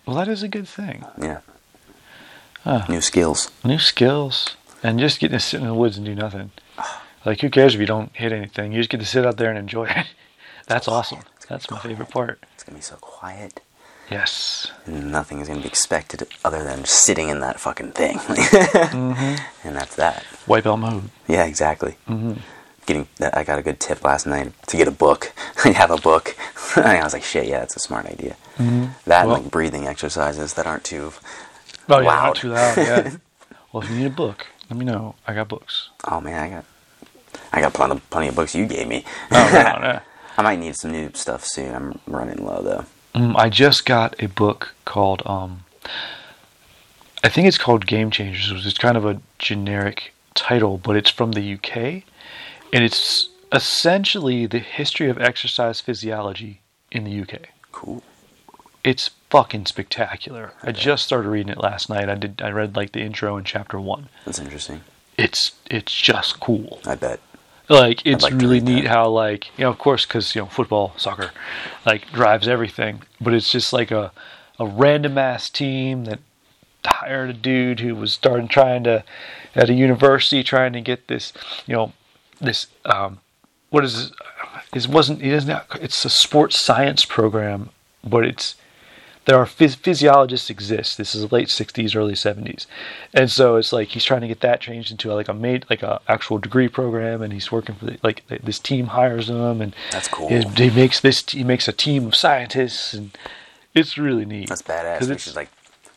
Speaker 1: Well, that is a good thing.
Speaker 2: Yeah.
Speaker 1: Huh.
Speaker 2: New skills.
Speaker 1: New skills. And just getting to sit in the woods and do nothing. Like, who cares if you don't hit anything? You just get to sit out there and enjoy it. (laughs) That's awesome. That's my favorite part.
Speaker 2: It's gonna be so quiet.
Speaker 1: Yes.
Speaker 2: And nothing is gonna be expected other than just sitting in that fucking thing. (laughs) And that's that.
Speaker 1: Wipeout Mm-hmm. mode. Mm-hmm.
Speaker 2: Yeah, exactly. Getting, I got a good tip last night to get a book. (laughs) I have a book, (laughs) and I was like, "Shit, yeah, that's a smart idea." That
Speaker 1: Mm-hmm. Well-
Speaker 2: and like breathing exercises that aren't too.
Speaker 1: Oh, yeah,
Speaker 2: Loud.
Speaker 1: not too loud. Yeah. well, if you need a book, let me know. I got books.
Speaker 2: Oh man, I got, I got plenty of, plenty of books you gave me.
Speaker 1: Oh, no, no.
Speaker 2: (laughs) I might need some new stuff soon. I'm running low though.
Speaker 1: Mm, I just got a book called, um, I think it's called Game Changers, which is kind of a generic title, but it's from the UK. And it's essentially the history of exercise physiology in the UK.
Speaker 2: Cool.
Speaker 1: It's fucking spectacular. I just started reading it last night. I did. I read like the intro and chapter one.
Speaker 2: That's interesting.
Speaker 1: It's it's just cool.
Speaker 2: I bet.
Speaker 1: Like it's
Speaker 2: like to
Speaker 1: really
Speaker 2: read that.
Speaker 1: neat how like you know of course because you know football soccer like drives everything, but it's just like a a random ass team that hired a dude who was starting trying to at a university trying to get this you know this um what is this wasn't it isn't it's a sports science program but it's there are phys- physiologists exist. This is late '60s, early '70s, and so it's like he's trying to get that changed into like a made like a actual degree program, and he's working for the, like th- this team hires him, and
Speaker 2: That's cool.
Speaker 1: He, he makes this he makes a team of scientists, and it's really neat.
Speaker 2: That's
Speaker 1: 'Cause
Speaker 2: badass. We
Speaker 1: it's-
Speaker 2: should like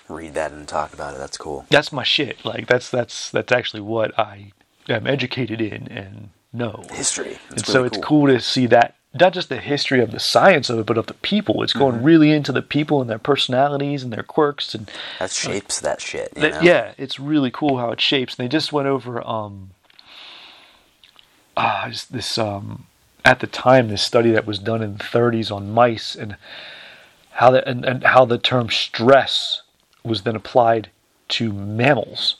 Speaker 2: read that and talk about it. That's cool.
Speaker 1: that's my shit. Like that's that's that's actually what I am educated in and know.
Speaker 2: History.
Speaker 1: and
Speaker 2: That's
Speaker 1: so
Speaker 2: really
Speaker 1: it's cool to see that not just the history of the science of it, but of the people. It's
Speaker 2: Mm-hmm.
Speaker 1: going really into the people and their personalities and their quirks and
Speaker 2: That shapes that shit. You
Speaker 1: that-
Speaker 2: know?
Speaker 1: yeah, it's really cool how it shapes. And they just went over um, ah, it's this um, at the time this study that was done in the 30s on mice and how the and, and how the term stress was then applied to mammals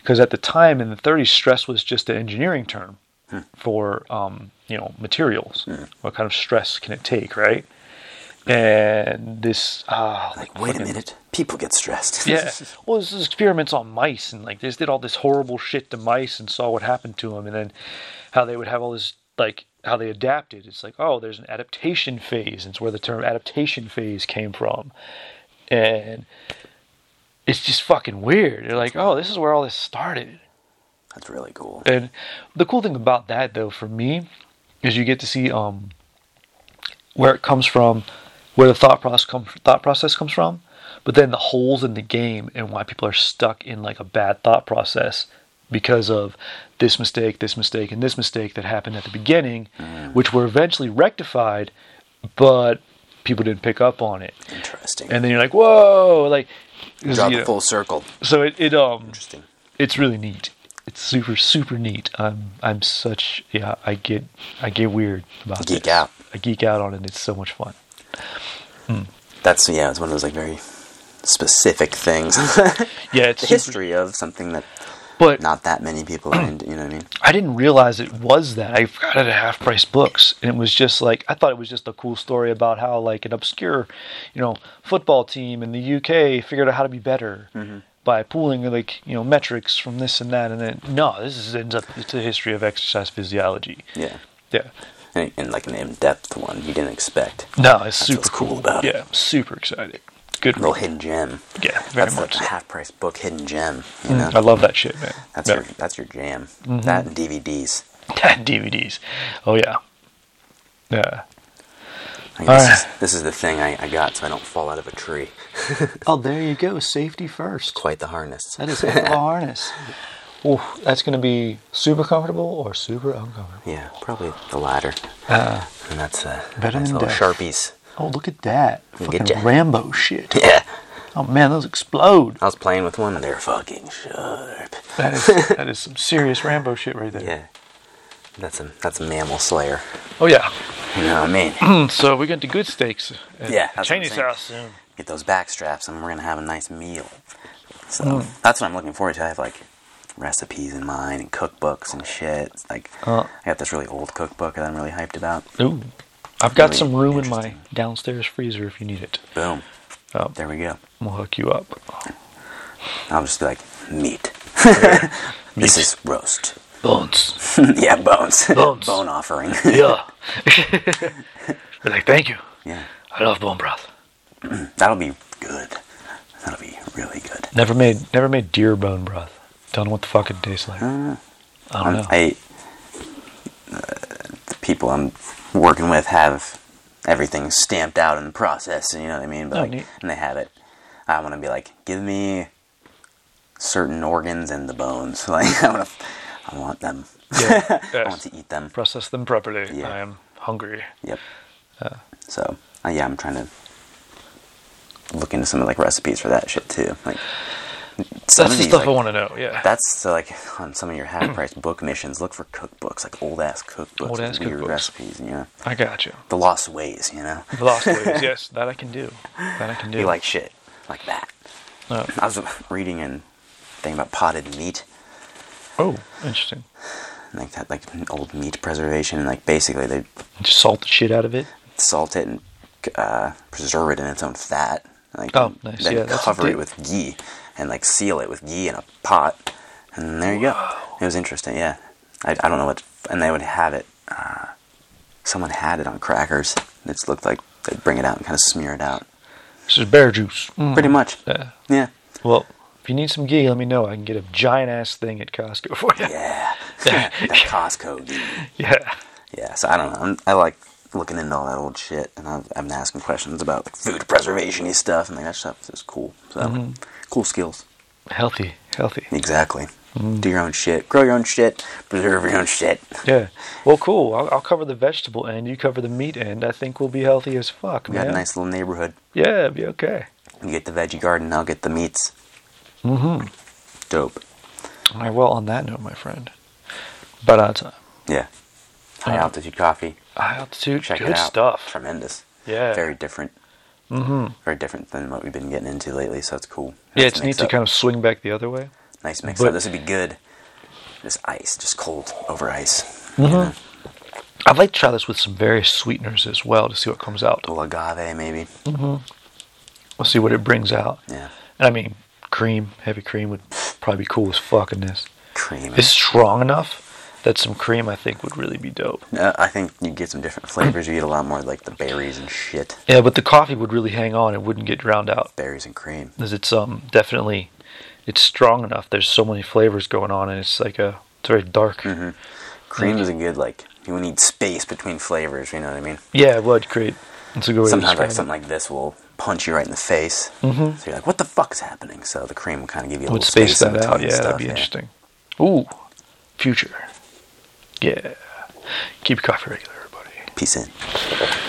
Speaker 1: because at the time in the 30s stress was just an engineering term
Speaker 2: Hmm.
Speaker 1: for um, you know materials what kind of stress can it take right and this ah,
Speaker 2: Like, wait a minute. People get (laughs) stressed.
Speaker 1: yeah. Well, this is experiments on mice, and like they just did all this horrible shit to mice and saw what happened to them, and then how they would have all this like how they adapted. It's like oh, there's an adaptation phase, and it's where the term adaptation phase came from, and it's just fucking weird. You're like, oh, this is where all this started.
Speaker 2: That's really cool.
Speaker 1: And the cool thing about that, though, for me, is you get to see um, where it comes from, where the thought process comes thought process comes from, but then the holes in the game and why people are stuck in like a bad thought process because of this mistake, this mistake, and this mistake that happened at the beginning,
Speaker 2: Mm.
Speaker 1: which were eventually rectified, but people didn't pick up on it.
Speaker 2: Interesting.
Speaker 1: And then you're like, whoa, like. 'cause,
Speaker 2: Draw
Speaker 1: you
Speaker 2: the
Speaker 1: know,
Speaker 2: full circle.
Speaker 1: so it, it um
Speaker 2: Interesting.
Speaker 1: it's really neat. It's super super neat. I'm I'm such yeah. I get I get weird about
Speaker 2: Geek
Speaker 1: this.
Speaker 2: out.
Speaker 1: I geek out on it. It's so much fun.
Speaker 2: That's yeah. It's one of those like very
Speaker 1: (laughs)
Speaker 2: specific things.
Speaker 1: Yeah, it's
Speaker 2: the
Speaker 1: super-
Speaker 2: history of something that
Speaker 1: But
Speaker 2: not that
Speaker 1: (clears throat)
Speaker 2: many people are into. You know what I mean?
Speaker 1: I didn't realize it was that. I got it at half price books, and it was just like I thought it was just a cool story about how like an obscure, you know, football team in the UK figured out how to be better
Speaker 2: Mm-hmm.
Speaker 1: by pooling like you know metrics from this and that, and then no, this is, ends up it's a history of exercise physiology.
Speaker 2: Yeah.
Speaker 1: Yeah.
Speaker 2: And, and like an in-depth one you didn't expect.
Speaker 1: No, it's super
Speaker 2: what's cool about it.
Speaker 1: Yeah, I'm super excited. Good
Speaker 2: Real
Speaker 1: roll.
Speaker 2: hidden gem.
Speaker 1: Yeah, very
Speaker 2: That's
Speaker 1: much.
Speaker 2: the
Speaker 1: so. Mm-hmm.
Speaker 2: half-price book hidden gem. You know?
Speaker 1: I love that Mm-hmm. shit, man.
Speaker 2: That's
Speaker 1: Yeah. (laughs)
Speaker 2: your that's your jam. That and DVDs.
Speaker 1: DVDs. Oh yeah, yeah.
Speaker 2: Like, this,
Speaker 1: Alright.
Speaker 2: is, this is the thing I, I got so I don't fall out of a tree.
Speaker 1: Oh, there you go. Safety first.
Speaker 2: Quite the harness.
Speaker 1: That is a (laughs) harness. Oof, that's going to be super comfortable or super uncomfortable.
Speaker 2: Yeah, probably the latter. and that's uh,
Speaker 1: Better
Speaker 2: nice
Speaker 1: than
Speaker 2: little
Speaker 1: death.
Speaker 2: sharpies. (laughs)
Speaker 1: Oh, look at that.
Speaker 2: Look at
Speaker 1: Fucking
Speaker 2: ya.
Speaker 1: Rambo shit.
Speaker 2: Yeah,
Speaker 1: Oh man, those explode.
Speaker 2: I was playing with one and they're fucking sharp.
Speaker 1: That
Speaker 2: (laughs)
Speaker 1: is that is some serious Rambo shit right there.
Speaker 2: Yeah, that's a that's a mammal slayer.
Speaker 1: Oh yeah.
Speaker 2: You know what I mean?
Speaker 1: Mm, So we're going to good steaks. At
Speaker 2: Yeah, that's what I'm
Speaker 1: Chinese
Speaker 2: saying.
Speaker 1: house soon.
Speaker 2: Get those back straps and we're gonna have a nice meal. So
Speaker 1: Mm.
Speaker 2: that's what I'm looking forward to. I have like recipes in mind and cookbooks and shit. It's like
Speaker 1: Uh.
Speaker 2: I got this really old cookbook that I'm really hyped about.
Speaker 1: Ooh. I've got
Speaker 2: Really
Speaker 1: some room in my
Speaker 2: interesting.
Speaker 1: downstairs freezer if you need it.
Speaker 2: Boom.
Speaker 1: Um,
Speaker 2: There we go.
Speaker 1: we'll hook you up.
Speaker 2: I'll just be like, meat. (laughs) This is roast. (laughs)
Speaker 1: Bones.
Speaker 2: yeah, bones.
Speaker 1: Bones.
Speaker 2: (laughs) Bone offering. (laughs)
Speaker 1: Yeah. Be like, thank you.
Speaker 2: yeah.
Speaker 1: I love bone broth.
Speaker 2: That'll be good. That'll be really good.
Speaker 1: Never made never made deer bone broth. Don't know what the fuck it tastes like.
Speaker 2: Uh,
Speaker 1: I don't
Speaker 2: I'm-
Speaker 1: know.
Speaker 2: I, uh, the people I'm working with have everything stamped out in the process, you know what I mean? But
Speaker 1: Oh,
Speaker 2: like,
Speaker 1: neat.
Speaker 2: and they have it. I want to be like, give me certain organs and the bones. (laughs) Like I want, to, I want them.
Speaker 1: Yeah,
Speaker 2: (laughs) I want
Speaker 1: yes.
Speaker 2: to eat them.
Speaker 1: Process them properly.
Speaker 2: Yeah.
Speaker 1: I am hungry.
Speaker 2: Yep. so uh, yeah, I'm trying to look into some of like recipes for that shit too. Like some
Speaker 1: That's
Speaker 2: of
Speaker 1: the
Speaker 2: these,
Speaker 1: stuff
Speaker 2: like,
Speaker 1: I want to know. Yeah.
Speaker 2: That's so like on some of your half price (clears throat) book missions. Look for cookbooks, like old ass cookbooks,
Speaker 1: Old ass
Speaker 2: with weird
Speaker 1: cookbooks.
Speaker 2: recipes, and you know
Speaker 1: I got you.
Speaker 2: the lost ways. You know,
Speaker 1: The Lost Ways. yes, that I can do. That I can do.
Speaker 2: (laughs) you like shit like that.
Speaker 1: Uh,
Speaker 2: I was reading and thing about potted meat,
Speaker 1: oh, interesting.
Speaker 2: and, like that, like old meat preservation, and like basically they
Speaker 1: Just salt the shit out of it.
Speaker 2: salt it and uh, preserve it in its own fat. Like
Speaker 1: Oh, nice.
Speaker 2: then
Speaker 1: Yeah, that's
Speaker 2: cover it
Speaker 1: deep.
Speaker 2: with ghee and like seal it with ghee in a pot, and there you go. It was interesting. Yeah, I, I don't know what, and they would have it. Uh, someone had it on crackers. It just looked like they'd bring it out and kind of smear it out.
Speaker 1: This is bear juice. Mm.
Speaker 2: Pretty much.
Speaker 1: Yeah.
Speaker 2: Yeah.
Speaker 1: Well, if you need some ghee, let me know. I can get a giant ass thing at Costco for you.
Speaker 2: Yeah. (laughs) that Costco ghee.
Speaker 1: Yeah.
Speaker 2: Yeah. So I don't know. I'm, I like looking into all that old shit, and I've, I've been asking questions about like food preservation y stuff, and like that stuff is cool. So
Speaker 1: Mm-hmm.
Speaker 2: cool skills.
Speaker 1: Healthy. Healthy.
Speaker 2: Exactly.
Speaker 1: Mm.
Speaker 2: Do your own shit. Grow your own shit. Preserve your own shit.
Speaker 1: Yeah. Well, cool. I'll, I'll cover the vegetable end. You cover the meat end. I think we'll be healthy as fuck,
Speaker 2: We
Speaker 1: man.
Speaker 2: got a nice little neighborhood.
Speaker 1: Yeah, it'll be okay.
Speaker 2: You get the veggie garden. I'll get the meats. Mm-hmm. Dope.
Speaker 1: All right. Well, on that note, my friend, uh, about our time.
Speaker 2: Yeah. High
Speaker 1: Uh,
Speaker 2: altitude coffee.
Speaker 1: High altitude.
Speaker 2: Check
Speaker 1: good
Speaker 2: it out.
Speaker 1: stuff.
Speaker 2: Tremendous.
Speaker 1: Yeah.
Speaker 2: Very different. Mm-hmm. Very different than what we've been getting into lately. So it's cool.
Speaker 1: Yeah,
Speaker 2: Nice
Speaker 1: it's neat
Speaker 2: mix
Speaker 1: to
Speaker 2: up.
Speaker 1: kind of swing back the other way.
Speaker 2: nice mix
Speaker 1: but-
Speaker 2: up. This would be good. Just ice, just cold over ice.
Speaker 1: Mm-hmm. I'd like to try this with some various sweeteners as well to see what comes out.
Speaker 2: Little agave, maybe.
Speaker 1: We'll see what it brings out.
Speaker 2: Yeah.
Speaker 1: And I mean, cream, heavy cream would probably be cool as fuck in this.
Speaker 2: Cream.
Speaker 1: It's strong enough that some cream I think would really be dope.
Speaker 2: Uh, I think you get some different flavors. You get a lot more like the berries and shit.
Speaker 1: Yeah, but the coffee would really hang on. It wouldn't get drowned out.
Speaker 2: Berries and cream.
Speaker 1: Because it's um definitely, it's strong enough. There's so many flavors going on, and it's like a it's very dark.
Speaker 2: Mm-hmm. Cream is a good like you need space between flavors. You know what I mean?
Speaker 1: Yeah, it would create. It's a good way
Speaker 2: Sometimes
Speaker 1: to
Speaker 2: like
Speaker 1: describe
Speaker 2: something like this will punch you right in the face. Mm-hmm. So you're like, what the fuck's happening? So the cream will kind of give you a
Speaker 1: it. Would
Speaker 2: little
Speaker 1: space
Speaker 2: in
Speaker 1: that out.
Speaker 2: between
Speaker 1: Yeah,
Speaker 2: stuff,
Speaker 1: that'd be interesting. Ooh, future. Yeah, keep your coffee regular, everybody.
Speaker 2: Peace in.